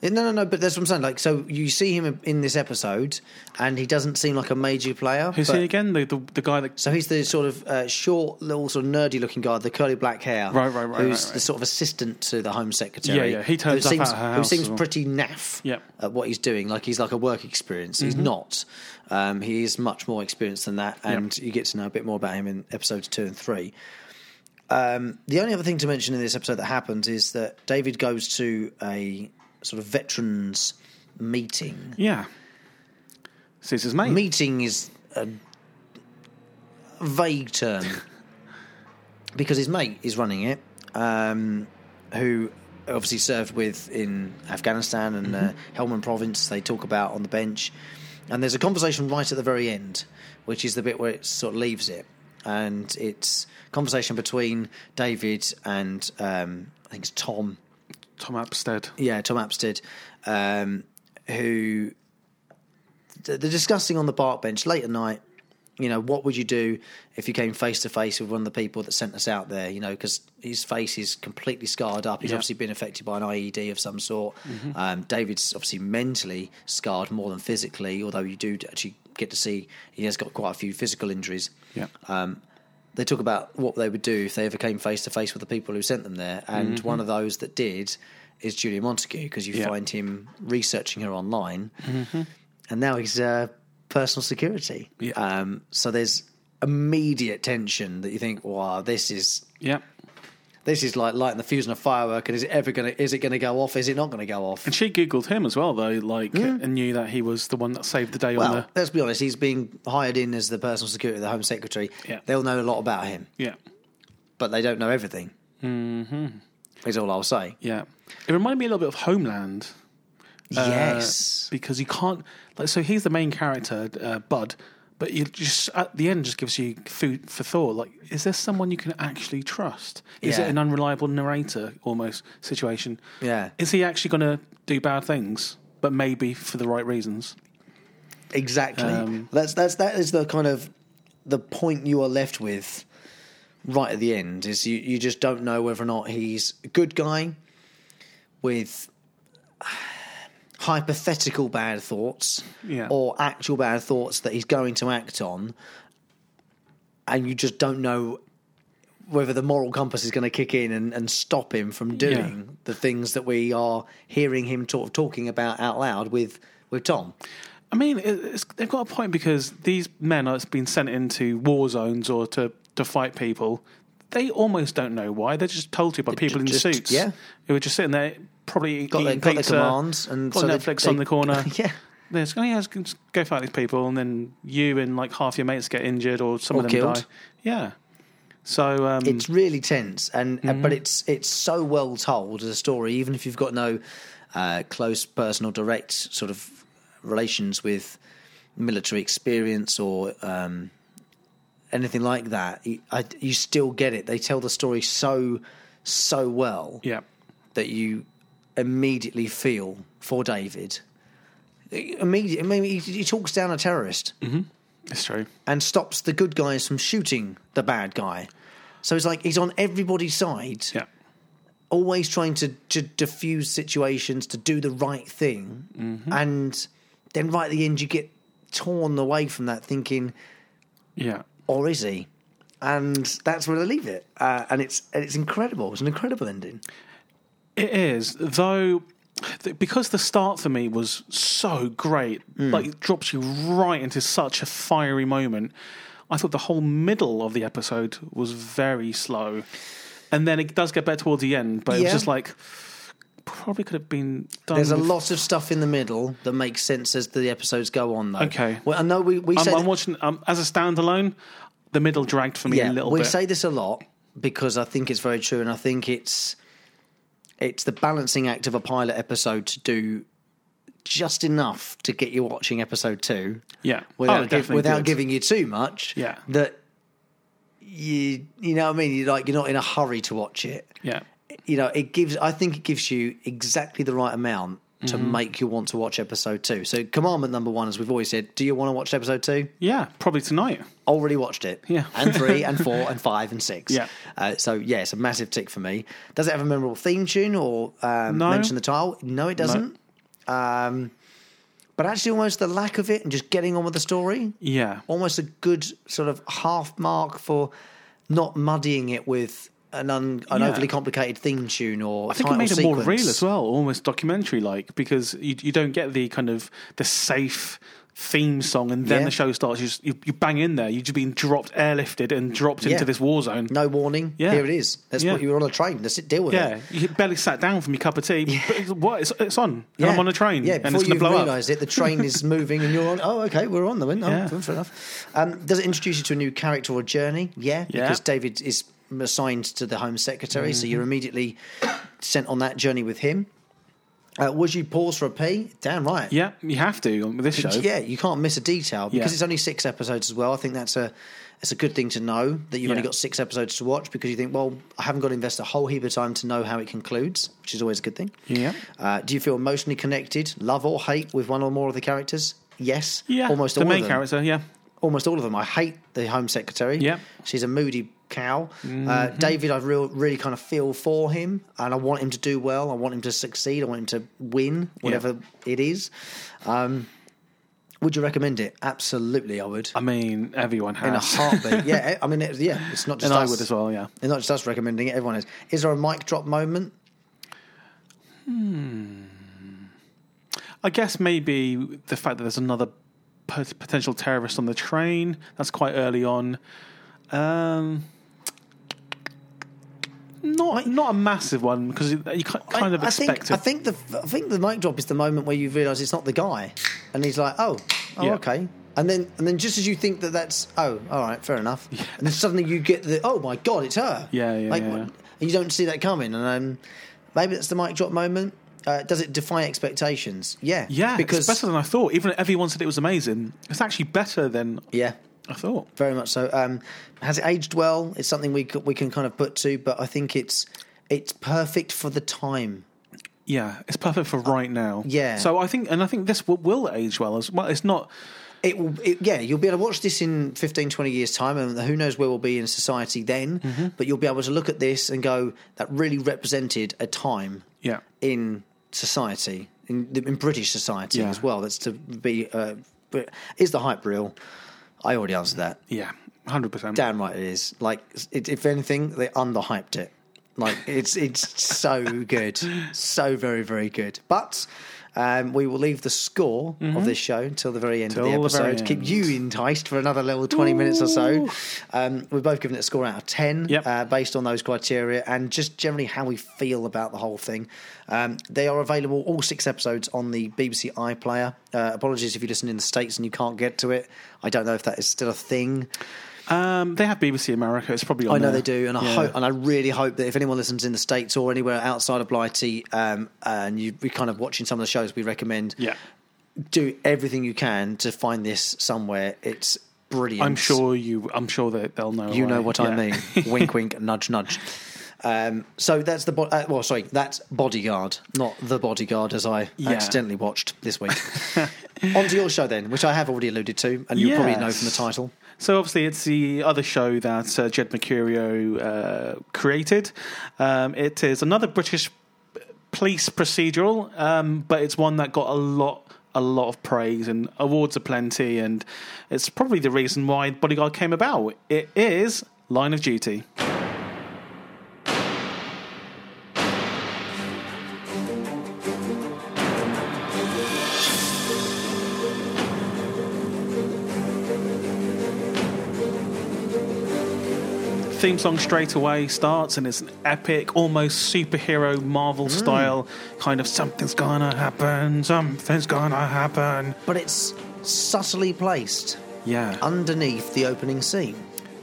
Speaker 2: no, no, no. But that's what I'm saying. Like, so you see him in this episode, and he doesn't seem like a major player.
Speaker 3: Who's
Speaker 2: but-
Speaker 3: he again? The, the the guy that
Speaker 2: So he's the sort of uh, short, little, sort of nerdy-looking guy, with the curly black hair,
Speaker 3: Right, right, right,
Speaker 2: Who's
Speaker 3: right, right.
Speaker 2: the sort of assistant to the Home Secretary?
Speaker 3: Yeah, yeah, he turns
Speaker 2: who
Speaker 3: up
Speaker 2: seems,
Speaker 3: at her
Speaker 2: who
Speaker 3: house
Speaker 2: seems
Speaker 3: as well.
Speaker 2: pretty naff
Speaker 3: Yep. Mm-hmm.
Speaker 2: at what he's doing. Like he's like a work experience. He's not. Um, he is much more experienced than that, and you get to know a bit more about him in episodes two and three. Um, the only other thing to mention in this episode that happens is that David goes to a sort of veterans meeting.
Speaker 3: yeah sees his mate.
Speaker 2: Meeting is a vague term because his mate is running it, um, who obviously served with in Afghanistan and uh, Helmand Province. They talk about on the bench, and there's a conversation right at the very end, which is the bit where it sort of leaves it, and it's conversation between David and um, I think it's Tom
Speaker 3: Tom Apstead.
Speaker 2: yeah, Tom Apstead, um, who th- they're discussing on the park bench late at night. You know, what would you do if you came face to face with one of the people that sent us out there? You know, because his face is completely scarred up. He's
Speaker 3: Yeah.
Speaker 2: obviously been affected by an IED of some sort. Um, David's obviously mentally scarred more than physically, although you do actually get to see he has got quite a few physical injuries
Speaker 3: Yeah.
Speaker 2: they talk about what they would do if they ever came face to face with the people who sent them there. And one of those that did is Julia Montague because you
Speaker 3: Mm-hmm. Yeah. Mm-hmm.
Speaker 2: find him researching her online, and now he's uh, personal security.
Speaker 3: Yeah.
Speaker 2: Um, so there's immediate tension that you think, wow, this is
Speaker 3: yeah.
Speaker 2: this is like lighting the fuse on a firework, and is it ever gonna is it gonna go off? Is it not gonna go off?
Speaker 3: And she googled him as well, though, like and knew that he was the one that saved the day on
Speaker 2: Well,
Speaker 3: the
Speaker 2: let's be honest. He's being hired in as the personal security of the Home Secretary.
Speaker 3: Yeah.
Speaker 2: They'll know a lot about him,
Speaker 3: yeah
Speaker 2: but they don't know everything. Mm-hmm. Is all I'll say.
Speaker 3: yeah. It reminded me a little bit of Homeland. uh, because you can't like so he's the main character uh, bud but you just at the end just gives you food for thought like is there someone you can actually trust is
Speaker 2: Yeah.
Speaker 3: it an unreliable narrator almost situation
Speaker 2: Yeah.
Speaker 3: is he actually going to do bad things but maybe for the right reasons
Speaker 2: exactly.
Speaker 3: Um,
Speaker 2: that's that's that is the kind of the point you are left with right at the end is you, you just don't know whether or not he's a good guy with hypothetical bad thoughts
Speaker 3: Yeah.
Speaker 2: or actual bad thoughts that he's going to act on and you just don't know whether the moral compass is going to kick in and, and stop him from doing the things that we are hearing him talk, talking about out loud with with Tom.
Speaker 3: I mean, it- it's, they've got a point because these men that's been sent into war zones or to, to fight people, they almost don't know why. They're just told to by people in
Speaker 2: just-
Speaker 3: suits.
Speaker 2: yeah.
Speaker 3: who were just sitting there, probably
Speaker 2: got their,
Speaker 3: eating
Speaker 2: got their
Speaker 3: pizza,
Speaker 2: commands and
Speaker 3: got
Speaker 2: so they-
Speaker 3: Netflix
Speaker 2: they-
Speaker 3: on the corner.
Speaker 2: yeah,
Speaker 3: They're just going, yeah, let's just go fight these people, and then you and like half your mates get injured or some
Speaker 2: Or
Speaker 3: of them
Speaker 2: killed.
Speaker 3: die. Yeah. So um,
Speaker 2: it's really tense, and uh, but it's it's so well told as a story, even if you've got no uh, close personal direct sort of relations with military experience or um, anything like that. You, I, you still get it. They tell the story so so well
Speaker 3: yeah,
Speaker 2: that you immediately feel for David. Immediately, I mean, he, he talks down a terrorist.
Speaker 3: it's true.
Speaker 2: and stops the good guys from shooting the bad guy. So it's like he's on everybody's side,
Speaker 3: Yeah.
Speaker 2: always trying to, to diffuse situations, to do the right thing.
Speaker 3: Mm-hmm.
Speaker 2: And then right at the end, you get torn away from that thinking,
Speaker 3: Yeah.
Speaker 2: or is he? And that's where they leave it. Uh, and it's and it's incredible. It's an incredible ending.
Speaker 3: It is, though, th- because the start for me was so great,
Speaker 2: Hmm.
Speaker 3: like it drops you right into such a fiery moment. I thought the whole middle of the episode was very slow, and then it does get better towards the end, but it
Speaker 2: Yeah.
Speaker 3: was just like probably could have been done.
Speaker 2: There's a
Speaker 3: with-
Speaker 2: lot of stuff in the middle that makes sense as the episodes go on, though.
Speaker 3: Okay.
Speaker 2: Well, I know we, we say
Speaker 3: I'm, I'm
Speaker 2: that-
Speaker 3: watching um, as a standalone. The middle dragged for me a little
Speaker 2: we
Speaker 3: bit.
Speaker 2: say this a lot because I think it's very true, and I think it's it's the balancing act of a pilot episode to do just enough to get you watching episode two
Speaker 3: Yeah.
Speaker 2: without,
Speaker 3: Oh, it
Speaker 2: gi-
Speaker 3: definitely
Speaker 2: without
Speaker 3: did.
Speaker 2: giving you too much
Speaker 3: Yeah.
Speaker 2: that you you know what I mean you like you're not in a hurry to watch it
Speaker 3: Yeah.
Speaker 2: you know it gives I think it gives you exactly the right amount to
Speaker 3: Mm-hmm.
Speaker 2: make you want to watch episode two so commandment number one as we've always said do you want to watch episode two
Speaker 3: Yeah. Probably tonight.
Speaker 2: already watched it.
Speaker 3: Yeah.
Speaker 2: and three, and four, and five, and six.
Speaker 3: Yeah.
Speaker 2: Uh, so yeah, it's a massive tick for me. Does it have a memorable theme tune or um,
Speaker 3: No.
Speaker 2: mention the title? No, it doesn't. Um, but actually, almost the lack of it and just getting on with the story.
Speaker 3: Yeah.
Speaker 2: Almost a good sort of half mark for not muddying it with an, un- an
Speaker 3: Yeah.
Speaker 2: overly complicated theme tune or
Speaker 3: I think it
Speaker 2: title
Speaker 3: made it more
Speaker 2: sequence.
Speaker 3: real as well, almost documentary like, because you, you don't get the kind of the safe theme song and then
Speaker 2: Yeah.
Speaker 3: the show starts. You, just, you, you bang in there. You're just being dropped, airlifted, and dropped
Speaker 2: Yeah.
Speaker 3: into this war zone.
Speaker 2: No warning.
Speaker 3: Yeah.
Speaker 2: Here it is. Let's
Speaker 3: Yeah.
Speaker 2: put you on a train. Let's deal with it.
Speaker 3: Yeah, you barely sat down from your cup of tea. But it's, what? It's, it's on. And I'm on a train.
Speaker 2: Yeah,
Speaker 3: and
Speaker 2: before
Speaker 3: it's going
Speaker 2: you
Speaker 3: to blow up.
Speaker 2: realise it, the train is moving, and you're on. Oh, okay, we're on the wind. Oh,
Speaker 3: Yeah.
Speaker 2: fair enough. Um, does it introduce you to a new character or journey? Yeah,
Speaker 3: Yeah.
Speaker 2: because David is assigned to the Home Secretary, so
Speaker 3: Mm-hmm.
Speaker 2: you're immediately sent on that journey with him. Uh, would you pause for a pee? Damn right.
Speaker 3: Yeah, you have to on this show.
Speaker 2: Yeah, you can't miss a detail because
Speaker 3: Yeah.
Speaker 2: it's only six episodes as well. I think that's a it's a good thing to know that you've only
Speaker 3: Yeah.
Speaker 2: got six episodes to watch because you think, well, I haven't got to invest a whole heap of time to know how it concludes, which is always a good thing.
Speaker 3: Yeah.
Speaker 2: Uh, do you feel emotionally connected, love or hate with one or more of the characters? Yes.
Speaker 3: Yeah,
Speaker 2: Almost
Speaker 3: the
Speaker 2: all
Speaker 3: main
Speaker 2: of them.
Speaker 3: character. Yeah,
Speaker 2: Almost all of them. I hate the Home Secretary.
Speaker 3: Yeah. Mm-hmm.
Speaker 2: She's a moody cow. Uh, David, I real, really kind of feel for him, and I want him to do well. I want him to succeed. I want him to win, whatever it is. Um, would you recommend it? Absolutely, I would.
Speaker 3: I mean everyone has.
Speaker 2: In a heartbeat. yeah. I mean, it, yeah. It's not just
Speaker 3: and I
Speaker 2: us.
Speaker 3: would as well. Yeah.
Speaker 2: It's not just us recommending it. Everyone is. Is there a mic drop moment?
Speaker 3: I guess maybe the fact that there's another pot- potential terrorist on the train. That's quite early on. Um, not not a massive one because you you ki- kind of
Speaker 2: I
Speaker 3: expect
Speaker 2: think, I
Speaker 3: it.
Speaker 2: think the I think the mic drop is the moment where you realise it's not the guy, and he's like, "Oh, oh,
Speaker 3: Yeah.
Speaker 2: okay." And then and then just as you think that that's oh, all right, fair enough, and then suddenly you get the oh my god, it's her.
Speaker 3: Yeah, yeah, yeah,
Speaker 2: what-
Speaker 3: yeah.
Speaker 2: And you don't see that coming, and um, maybe that's the mic drop moment. Uh, does it defy expectations? Yeah,
Speaker 3: yeah,
Speaker 2: because
Speaker 3: it's better than I thought. Even if everyone said it was amazing, it's actually better than
Speaker 2: yeah.
Speaker 3: I thought.
Speaker 2: Very much so. Um, has it aged well? It's something we c- we can kind of put to, but I think it's it's perfect for the time.
Speaker 3: Yeah, it's perfect for right now.
Speaker 2: Uh, yeah.
Speaker 3: So I think, and I think this will, will age well as well. It's not.
Speaker 2: it will it, yeah you'll be able to watch this in 15 20 years time and who knows where we'll be in society then but you'll be able to look at this and go that really represented a time
Speaker 3: Yeah.
Speaker 2: in society in, in british society
Speaker 3: Yeah.
Speaker 2: as well that's to be uh, but is the hype real i already answered that
Speaker 3: Yeah. Hundred percent.
Speaker 2: damn right it is like it, if anything they underhyped it like it's it's so good so very very good but um, we will leave the score of this show until the very end of the
Speaker 3: Mm-hmm. Till the
Speaker 2: episode
Speaker 3: very
Speaker 2: keep
Speaker 3: end.
Speaker 2: you enticed for another little 20 minutes or so um, we've both given it a score out of 10
Speaker 3: Yep.
Speaker 2: uh, based on those criteria and just generally how we feel about the whole thing um, they are available all six episodes on the bbc iplayer uh, apologies if you listen in the states and you can't get to it i don't know if that is still a thing
Speaker 3: Um, they have BBC America. It's probably. On
Speaker 2: I know
Speaker 3: there.
Speaker 2: they do, and I
Speaker 3: Yeah.
Speaker 2: hope, and I really hope that if anyone listens in the states or anywhere outside of Blighty, um, and you be kind of watching some of the shows we recommend,
Speaker 3: Yeah.
Speaker 2: do everything you can to find this somewhere. It's brilliant.
Speaker 3: I'm sure you. I'm sure that they'll know.
Speaker 2: you
Speaker 3: why.
Speaker 2: know what I
Speaker 3: Yeah.
Speaker 2: mean. wink, wink, nudge, nudge. Um, so that's the bo- uh, well, sorry, that's Bodyguard, not the Bodyguard, as I
Speaker 3: Yeah.
Speaker 2: accidentally watched this week. Onto your show then, which I have already alluded to, and you probably know from the
Speaker 3: Yes.
Speaker 2: title.
Speaker 3: So obviously, it's the other show that uh, Jed Mercurio uh, created. Um, it is another British police procedural, um, but it's one that got a lot. A lot of praise and awards aplenty, and it's probably the reason why Bodyguard came about. It is Line of Duty. theme song straight away starts and it's an epic, almost superhero Marvel style kind of something's gonna happen, something's gonna happen.
Speaker 2: But it's subtly placed
Speaker 3: Yeah.
Speaker 2: underneath the opening scene.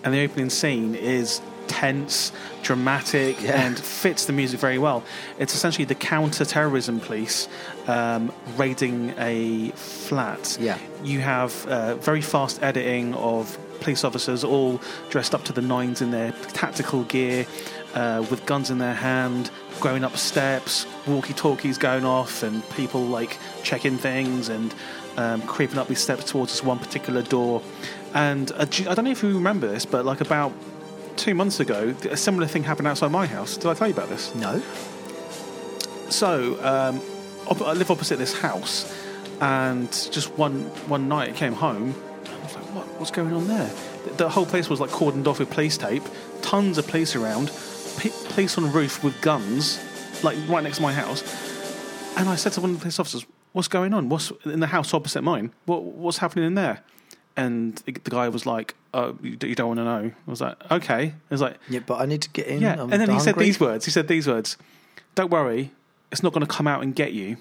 Speaker 3: and the opening scene is tense, dramatic, and fits the music very well. It's essentially the counter-terrorism police um, raiding a flat.
Speaker 2: Yeah.
Speaker 3: You have uh, very fast editing of police officers all dressed up to the nines in their tactical gear, uh, with guns in their hand, going up steps, walkie-talkies going off, and people like checking things and um, creeping up these steps towards this one particular door. And uh, do you- I don't know if you remember this, but like about two months ago, a similar thing happened outside my house. Did I tell you about this?
Speaker 2: No.
Speaker 3: So um, op- I live opposite this house, and just one one night I came home. I was like, "What? What's going on there?" Th- The whole place was like cordoned off with police tape. Tons of police around. P- police on roof with guns, like right next to my house. And I said to one of the police officers, "What's going on? What's in the house opposite mine? What, what's happening in there?" And the the guy was like, "Oh, you you don't want to know." I was like, "Okay." I was like,
Speaker 2: Yeah, but I need to get in.
Speaker 3: yeah,
Speaker 2: Mm, I'm
Speaker 3: and then he said
Speaker 2: hungry.
Speaker 3: these words. He said these words. Don't worry, it's not going to come out and get you.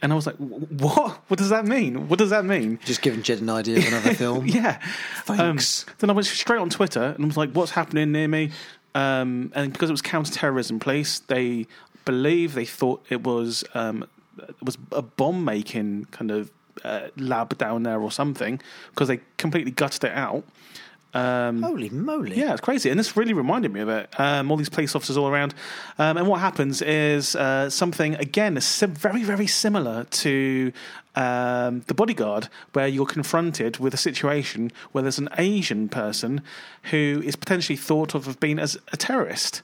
Speaker 3: And I was like, "Wh- what? What does that mean? What does that mean?
Speaker 2: Just giving Jed an idea of another film.
Speaker 3: Yeah.
Speaker 2: Thanks.
Speaker 3: Um, then I went straight on Twitter and was like, what's happening near me? Um, and because it was counter-terrorism police, they believe they thought it was um, it was a bomb making kind of uh, lab down there or something because they completely gutted it out.
Speaker 2: Holy moly.
Speaker 3: Yeah, it's crazy, and this really reminded me of it. Um, all these police officers all around, um, and what happens is uh, something again, sim- very, very similar to um, the bodyguard, where you're confronted with a situation where there's an Asian person who is potentially thought of as being as a terrorist.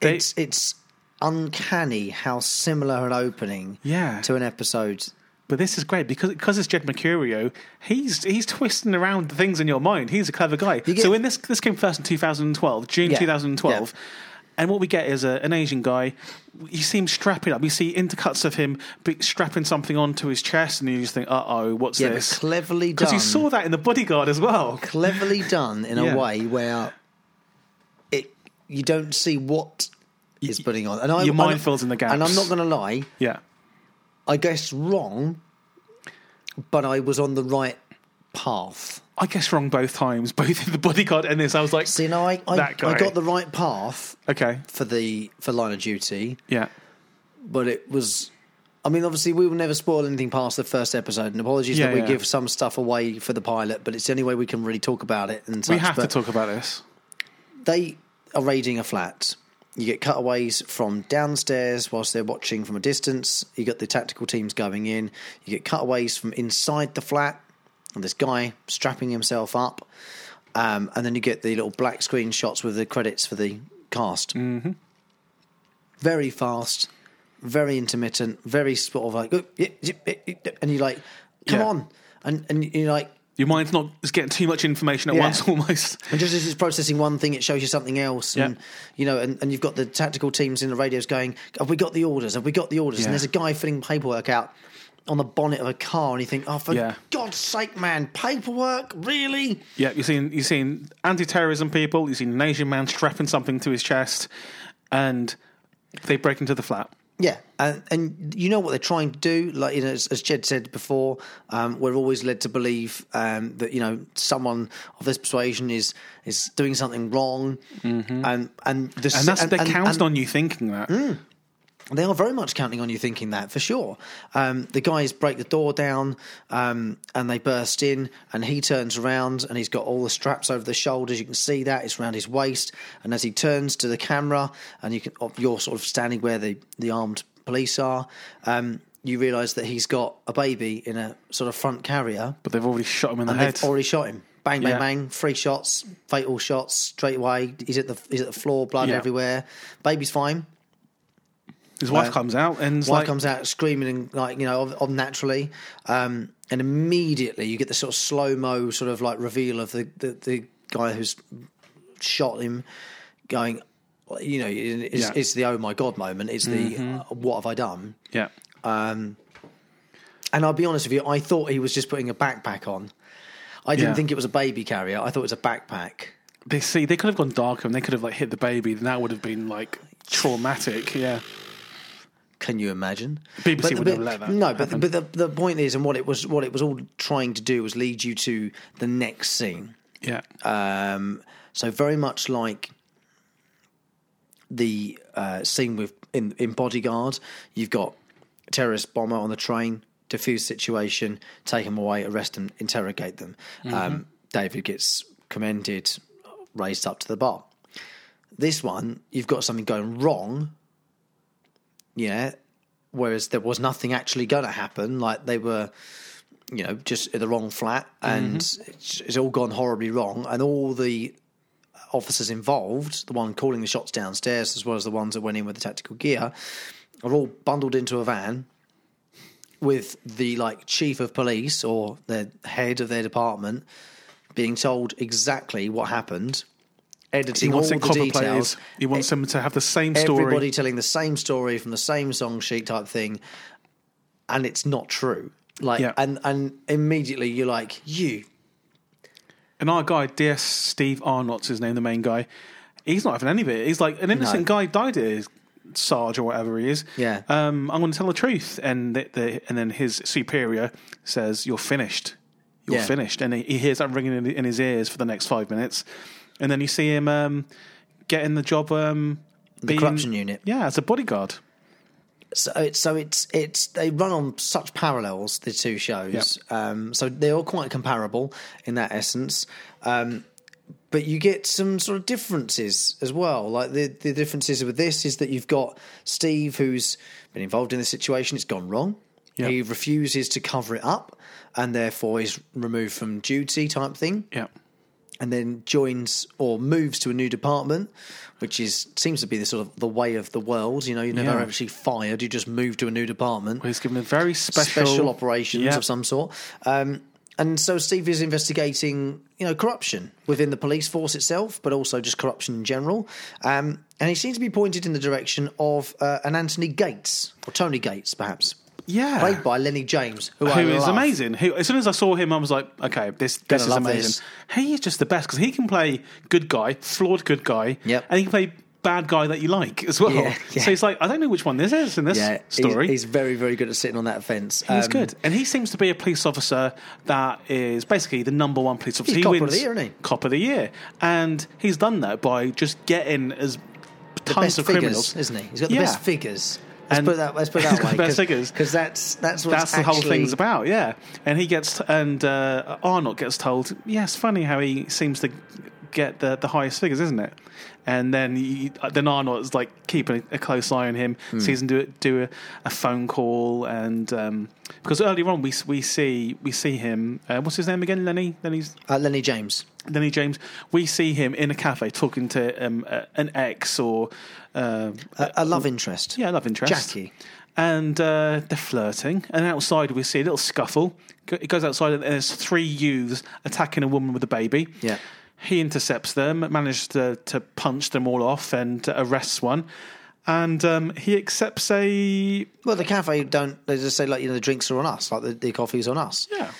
Speaker 3: They-
Speaker 2: It's it's uncanny how similar an opening
Speaker 3: Yeah.
Speaker 2: to an episode.
Speaker 3: But this is great because because it's Jed Mercurio. He's he's twisting around the things in your mind. He's a clever guy.
Speaker 2: You get-
Speaker 3: so in this this came first in 2012, June
Speaker 2: Yeah,
Speaker 3: 2012. And what we get is a, an Asian guy. You see him strapping up. You see intercuts of him be, strapping something onto his chest, and you just think, "Uh oh, what's
Speaker 2: Yeah, but
Speaker 3: this?"
Speaker 2: cleverly
Speaker 3: Because you
Speaker 2: done.
Speaker 3: saw that in the Bodyguard as well.
Speaker 2: Cleverly done in
Speaker 3: Yeah.
Speaker 2: a way where it you don't see what he's putting on. And I,
Speaker 3: your mind
Speaker 2: and-
Speaker 3: fills in the gaps.
Speaker 2: And I'm not gonna lie,
Speaker 3: Yeah,
Speaker 2: I guess wrong, but I was on the right path.
Speaker 3: I guess wrong both times, both in the Bodyguard and this. I was like,
Speaker 2: See now I, I,
Speaker 3: That guy.
Speaker 2: I got the right path
Speaker 3: "Okay,
Speaker 2: for the for line of duty.
Speaker 3: yeah."
Speaker 2: but it was. I mean, obviously, we will never spoil anything past the first episode, and apologies
Speaker 3: Yeah,
Speaker 2: that we
Speaker 3: yeah.
Speaker 2: give some stuff away for the pilot, but it's the only way we can really talk about it. And such.
Speaker 3: we have
Speaker 2: but
Speaker 3: to talk about this.
Speaker 2: They are raiding a flat. You get cutaways from downstairs whilst they're watching from a distance. You got the tactical teams going in. You get cutaways from inside the flat, and this guy strapping himself up, um, and then you get the little black screen shots with the credits for the cast very fast, very intermittent, very sort of like, "Oh, yeah, yeah, yeah, yeah," and you're like, come
Speaker 3: Yeah.
Speaker 2: on. And, and you're like,
Speaker 3: Your mind's not it's getting too much information at
Speaker 2: Yeah.
Speaker 3: once, almost.
Speaker 2: and just as it's processing one thing, it shows you something else. And,
Speaker 3: Yeah.
Speaker 2: you know, and, and you've got the tactical teams in the radios going, have we got the orders? Have we got the orders?
Speaker 3: Yeah.
Speaker 2: And there's a guy filling paperwork out on the bonnet of a car. And you think, oh, for
Speaker 3: Yeah.
Speaker 2: God's sake, man, paperwork? Really?
Speaker 3: Yeah, you're seeing you're seeing anti-terrorism people. You've seen an Asian man strapping something to his chest, and they break into the flat.
Speaker 2: Yeah, and, and you know what they're trying to do. Like you know, as, as Jed said before, um, we're always led to believe um, that you know someone of this persuasion is is doing something wrong, and and the,
Speaker 3: Mm-hmm. And that's
Speaker 2: and-
Speaker 3: they're
Speaker 2: and-
Speaker 3: counting
Speaker 2: and Hmm.
Speaker 3: on you thinking that.
Speaker 2: They are very much counting on you thinking that for sure. Um, the guys break the door down um, and they burst in, and he turns around and he's got all the straps over the shoulders. You can see that it's around his waist, and as he turns to the camera, and you can oh, you're sort of standing where the the armed police are. Um, you realise that he's got a baby in a sort of front carrier,
Speaker 3: But they've already shot him in the
Speaker 2: and
Speaker 3: head.
Speaker 2: they've already shot him. Bang, bang,
Speaker 3: Yeah.
Speaker 2: bang! Three shots, fatal shots straight away. He's at the he's at the floor, blood
Speaker 3: Yeah.
Speaker 2: everywhere. Baby's fine
Speaker 3: his wife
Speaker 2: uh,
Speaker 3: comes out and is
Speaker 2: wife
Speaker 3: like,
Speaker 2: comes out screaming and like you know of, of naturally um, and immediately you get the sort of slow mo sort of like reveal of the, the, the guy who's shot him going you know it's,
Speaker 3: Yeah. Mm-hmm.
Speaker 2: it's the oh my god moment it's the uh, what have i done
Speaker 3: yeah,
Speaker 2: and i'll be honest with you i thought he was just putting a backpack on i didn't
Speaker 3: Yeah.
Speaker 2: think it was a baby carrier i thought it was a backpack
Speaker 3: they see they could have gone darker and they could have like hit the baby. and That would have been like traumatic. Yeah,
Speaker 2: Can you imagine?
Speaker 3: BBC would never let that
Speaker 2: No, but
Speaker 3: happen.
Speaker 2: but the, the point is, and what it was, what it was all trying to do was lead you to the next scene.
Speaker 3: yeah.
Speaker 2: Um, so very much like the uh, scene with in, in Bodyguard. You've got terrorist bomber on the train, defuse situation, take him away, arrest them, interrogate them. Um, David gets commended, raised up to the bar. This one, you've got something going wrong. Yeah. Whereas there was nothing actually going to happen. Like they were you know, just in the wrong flat, and it's, it's all gone horribly wrong. And all the officers involved, the one calling the shots downstairs, as well as the ones that went in with the tactical gear, are all bundled into a van with the like chief of police or the head of their department being told exactly what happened, editing
Speaker 3: He wants
Speaker 2: all
Speaker 3: it
Speaker 2: the
Speaker 3: copper-plated.
Speaker 2: details. Eh,
Speaker 3: He wants them to have the same story.
Speaker 2: Everybody telling the same story from the same song sheet type thing, and it's not true. Like,
Speaker 3: Yeah.
Speaker 2: and and immediately you're like, you
Speaker 3: And our guy, DS Steve Arnott's his name, the main guy, he's not having any of it. He's like, an innocent guy died at his Sarge or whatever he is.
Speaker 2: Yeah.
Speaker 3: Um, I'm going to tell the truth. And the, the, and then his superior says, You're finished. You're
Speaker 2: Yeah.
Speaker 3: finished. And he, he hears that ringing in, in his ears for the next five minutes. And then you see him um, getting the job. Um, the
Speaker 2: corruption unit.
Speaker 3: Yeah, as a bodyguard.
Speaker 2: so it's so it's it's they run on such parallels the two shows um so they're all quite comparable in that essence um but you get some sort of differences as well like the the differences with this is that you've got steve who's been involved in the situation it's gone wrong
Speaker 3: Yeah.
Speaker 2: he refuses to cover it up and therefore is removed from duty type thing
Speaker 3: Yeah.
Speaker 2: and then joins or moves to a new department, which is seems to be the sort of the way of the world. You know, you're never
Speaker 3: Yeah.
Speaker 2: actually fired; you just move to a new department,
Speaker 3: He's given a very special,
Speaker 2: special, operations
Speaker 3: Yeah.
Speaker 2: of some sort. Um, and so Steve is investigating, you know, corruption within the police force itself, but also just corruption in general. Um, and he seems to be pointed in the direction of uh, an Anthony Gates or Tony Gates, perhaps.
Speaker 3: Yeah.
Speaker 2: played by Lenny James, who, I
Speaker 3: Ah. who is
Speaker 2: love.
Speaker 3: amazing. Who, as soon as I saw him, I was like, okay, this this is
Speaker 2: love
Speaker 3: amazing.
Speaker 2: this.
Speaker 3: He is just the best because he can play good guy, flawed good guy,
Speaker 2: Yep.
Speaker 3: and he can play bad guy that you like as well.
Speaker 2: Yeah, yeah.
Speaker 3: So he's like, I don't know which one this is in this
Speaker 2: Yeah, he's-
Speaker 3: story.
Speaker 2: He's, very, very good at sitting on that fence.
Speaker 3: He's
Speaker 2: Um,
Speaker 3: good, and he seems to be a police officer that is basically the number one police officer.
Speaker 2: He's Cop of the Year, isn't he?
Speaker 3: Cop of the year, and he's done that by just getting as tons
Speaker 2: best
Speaker 3: of
Speaker 2: figures,
Speaker 3: criminals,
Speaker 2: isn't he? He's got the
Speaker 3: Yeah.
Speaker 2: best figures. Let's
Speaker 3: And-
Speaker 2: put it that. Let's put it
Speaker 3: He's
Speaker 2: that
Speaker 3: got
Speaker 2: way.
Speaker 3: the best figures.
Speaker 2: because that's that's what's
Speaker 3: that's the whole
Speaker 2: actually-
Speaker 3: thing's about, yeah. And he gets and uh, Arnott gets told, yeah, it's funny how he seems to get the, the highest figures, isn't it? And then he, then Arnott's like keeping a close eye on him, sees him do do a, a phone call, and um, because earlier on we s- we see we see him. Uh, what's his name again? Lenny. Lenny's
Speaker 2: Uh, Lenny James.
Speaker 3: Lenny James. We see him in a cafe talking to um, a, an ex or. Uh,
Speaker 2: A, a love interest.
Speaker 3: yeah, love interest.
Speaker 2: Jackie.
Speaker 3: And uh, they're flirting. And outside, we see a little scuffle. Go- It goes outside, and there's three youths attacking a woman with a baby.
Speaker 2: Yeah.
Speaker 3: He intercepts them, manages to, to punch them all off, and arrests one. And um, he accepts a.
Speaker 2: Well, the cafe don't. They just say like you know the drinks are on us, like the, the coffee's on us,
Speaker 3: Yeah.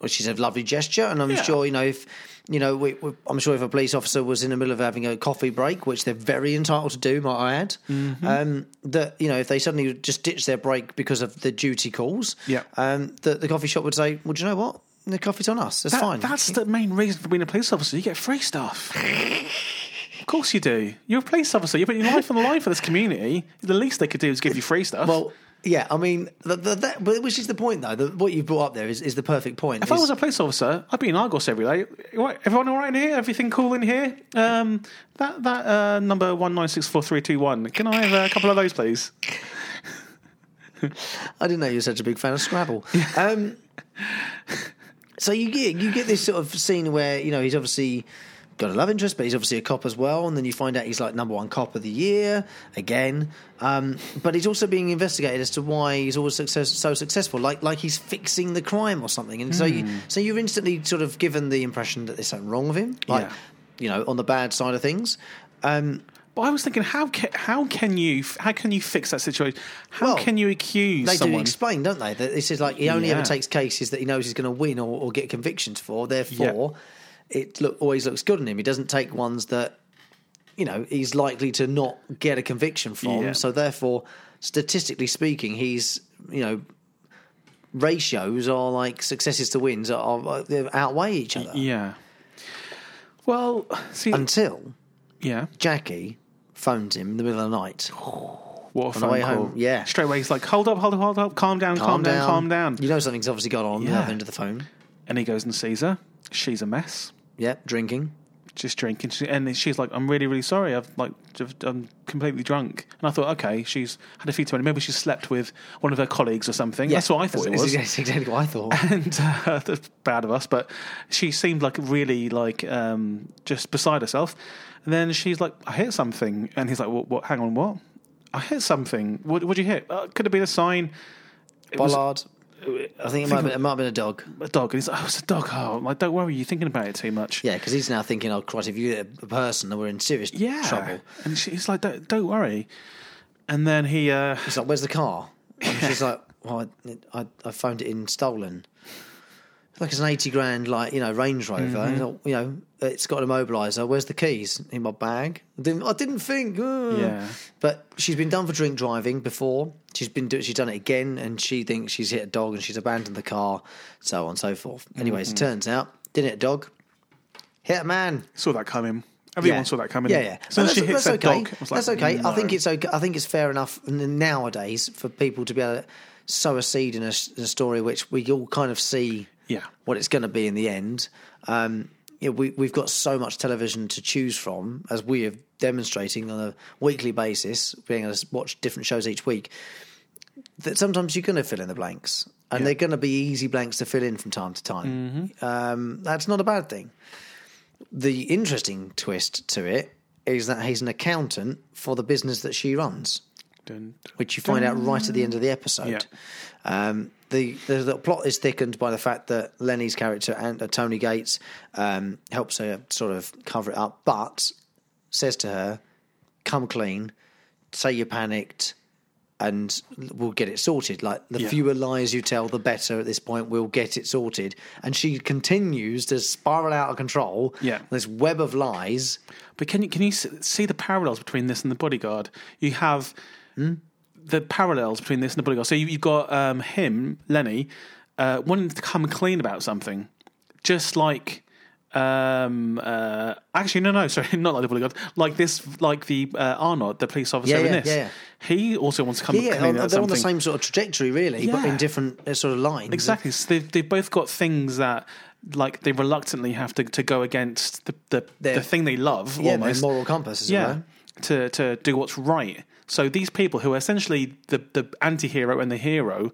Speaker 2: which is a lovely gesture. And I'm
Speaker 3: Yeah.
Speaker 2: sure you know if you know we, we, I'm sure if a police officer was in the middle of having a coffee break, which they're very entitled to do, might I add,
Speaker 3: Mm-hmm.
Speaker 2: um, that you know if they suddenly just ditch their break because of the duty calls,
Speaker 3: Yeah.
Speaker 2: um, that the coffee shop would say, well, do you know what? The coffee's on us. That's
Speaker 3: That-
Speaker 2: fine.
Speaker 3: That's the main reason for being a police officer. You get free stuff. of course you do. You're a police officer. You're putting your life on the line for this community. The least they could do is give you free stuff.
Speaker 2: Well, yeah, I mean, the, the, that, but which is the point, though. The, what you brought up there is, is the perfect point.
Speaker 3: If I
Speaker 2: is-
Speaker 3: was a police officer, I'd be in Argos every day. Right, Everyone all right in here? Everything cool in here? Um, that that uh, number one nine six four three two one. Can I have a couple of those, please?
Speaker 2: I didn't know you were such a big fan of Scrabble. um, so you get you get this sort of scene where you know he's obviously got a love interest, but he's obviously a cop as well, and then you find out he's like number one cop of the year again. Um, but he's also being investigated as to why he's always success, so successful, like like he's fixing the crime or something. And so you
Speaker 3: Hmm.
Speaker 2: so you're instantly sort of given the impression that there's something wrong with him, like
Speaker 3: Yeah.
Speaker 2: you know on the bad side of things. Um,
Speaker 3: But I was thinking, how can, how can you how can you fix that situation? How
Speaker 2: Well,
Speaker 3: can you accuse
Speaker 2: They do
Speaker 3: someone?
Speaker 2: explain, don't they? That this is like he only
Speaker 3: Yeah.
Speaker 2: ever takes cases that he knows he's going to win or, or get convictions for. Therefore, it look, always looks good on him. He doesn't take ones that you know he's likely to not get a conviction from.
Speaker 3: Yeah.
Speaker 2: So therefore, statistically speaking, he's you know ratios are like successes to wins are, are they outweigh each other
Speaker 3: yeah. Well, see,
Speaker 2: until
Speaker 3: yeah,
Speaker 2: Jackie phones him in the middle of the night.
Speaker 3: What a phone
Speaker 2: way
Speaker 3: call.
Speaker 2: home, yeah.
Speaker 3: Straight away, he's like, hold up, hold up, hold up, calm down, calm, down, calm down.
Speaker 2: You know something's obviously gone on at the
Speaker 3: Yeah.
Speaker 2: other end of the phone.
Speaker 3: And he goes and sees her. She's a mess,
Speaker 2: Yep, drinking.
Speaker 3: just drinking. She- And she's like, I'm really, really sorry. I've like, just- I'm completely drunk. And I thought, okay, she's had a few too many. Maybe she slept with one of her colleagues or something. That's what I thought it was.
Speaker 2: That's exactly what I thought.
Speaker 3: and uh, that's bad of us, but she seemed like really like um, just beside herself. And then she's like, "I hit something," and he's like, "What? what hang on, what? I hit something. What? What'd you hit? Uh, could it be a sign? It was
Speaker 2: Bollard. I think it might, have been, it might have been a dog.
Speaker 3: a dog." And he's like, "Oh, it's a dog. Oh, I'm like don't worry, you're thinking about it too much."
Speaker 2: Yeah, because he's now thinking, oh, Christ, if you hit a person, then we're in serious
Speaker 3: yeah.
Speaker 2: trouble.
Speaker 3: And she's like, "Don't, don't worry." And then he, uh,
Speaker 2: He's like, where's the car? And she's like, well, I, I, I phoned it in stolen. It's Like it's an 80 grand, like, you know, Range Rover. He's like, you know, it's got an immobiliser. Where's the keys? In my bag. I didn't, I didn't think. ugh.
Speaker 3: Yeah.
Speaker 2: But she's been done for drink driving before. She's been do- she's done it again and she thinks she's hit a dog and she's abandoned the car, so on and so forth. Anyways, it turns out, didn't hit a dog, hit a man.
Speaker 3: saw that coming. Everyone saw that coming.
Speaker 2: Yeah, yeah.
Speaker 3: So
Speaker 2: And
Speaker 3: she
Speaker 2: that's
Speaker 3: hits that
Speaker 2: okay.
Speaker 3: dog. I was like,
Speaker 2: that's okay.
Speaker 3: "No."
Speaker 2: I think it's okay. I think it's fair enough n- nowadays for people to be able to sow a seed in a, s- in a story which we all kind of see
Speaker 3: Yeah.
Speaker 2: what it's going to be in the end. Um, you know, we, we've got so much television to choose from, as we are demonstrating on a weekly basis, being able to watch different shows each week, that sometimes you're going to fill in the blanks. And they're going to be easy blanks to fill in from time to time.
Speaker 3: Mm-hmm.
Speaker 2: Um, that's not a bad thing the interesting twist to it is that he's an accountant for the business that she runs,
Speaker 3: Dun, dun.
Speaker 2: which you find out right at the end of the episode. Um, the, the the plot is thickened by the fact that Lenny's character and uh, Tony Gates um, helps her sort of cover it up, but says to her, "Come clean, say you panicked." And we'll get it sorted. Like the
Speaker 3: Yeah.
Speaker 2: fewer lies you tell, the better. At this point, we'll get it sorted. And she continues to spiral out of control.
Speaker 3: Yeah.
Speaker 2: this web of lies.
Speaker 3: But can you can you s- see the parallels between this and the bodyguard? You have
Speaker 2: Hmm?
Speaker 3: the parallels between this and the bodyguard. So you, you've got um, him, Lenny, uh, wanting to come clean about something, just like um uh actually no no sorry not like the bodyguard like this like the uh, Arnold the police officer
Speaker 2: Yeah,
Speaker 3: in
Speaker 2: yeah,
Speaker 3: this
Speaker 2: yeah, yeah.
Speaker 3: he also wants to come
Speaker 2: Yeah,
Speaker 3: clean
Speaker 2: they're,
Speaker 3: about
Speaker 2: they're on the
Speaker 3: something.
Speaker 2: same sort of trajectory, really, but
Speaker 3: Yeah.
Speaker 2: in different uh, sort of lines.
Speaker 3: Exactly. So they've, they've both got things that, like, they reluctantly have to, to go against the, the,
Speaker 2: Their-
Speaker 3: the thing they love,
Speaker 2: Yeah, their
Speaker 3: almost.
Speaker 2: moral compass, as it
Speaker 3: yeah,
Speaker 2: were.
Speaker 3: to, to do what's right. So these people who are essentially the, the anti hero and the hero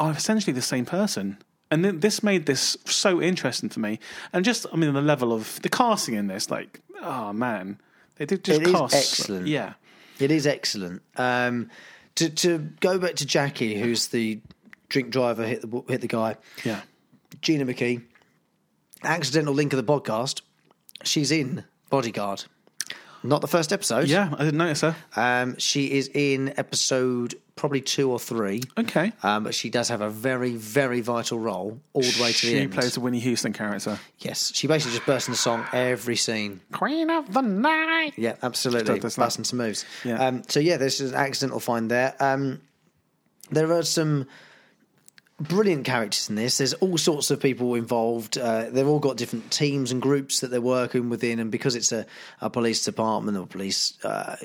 Speaker 3: are essentially the same person. And th- this made this so interesting for me. And just, I mean, the level of the casting in this, like, oh man, they did just
Speaker 2: It is
Speaker 3: cast.
Speaker 2: excellent.
Speaker 3: Yeah.
Speaker 2: It is excellent. Um, to to go back to Jackie, who's the drink driver, hit the hit the guy.
Speaker 3: Yeah.
Speaker 2: Gina McKee, accidental link of the podcast. She's in Bodyguard. Not the first episode.
Speaker 3: Yeah, I didn't notice her.
Speaker 2: Um, she is in episode probably two or three.
Speaker 3: Okay.
Speaker 2: Um, but she does have a very, very vital role all the way to the
Speaker 3: she
Speaker 2: end.
Speaker 3: plays the Winnie Houston character.
Speaker 2: yes, she basically just bursts in the song every scene.
Speaker 3: Queen of the night.
Speaker 2: Yeah, absolutely.
Speaker 3: Does that.
Speaker 2: Busting some moves.
Speaker 3: Yeah.
Speaker 2: Um, so yeah, this is an accidental find there. Um, there are some brilliant characters in this. There's all sorts of people involved. Uh, they've all got different teams and groups that they're working within, and because it's a, a police department or police uh,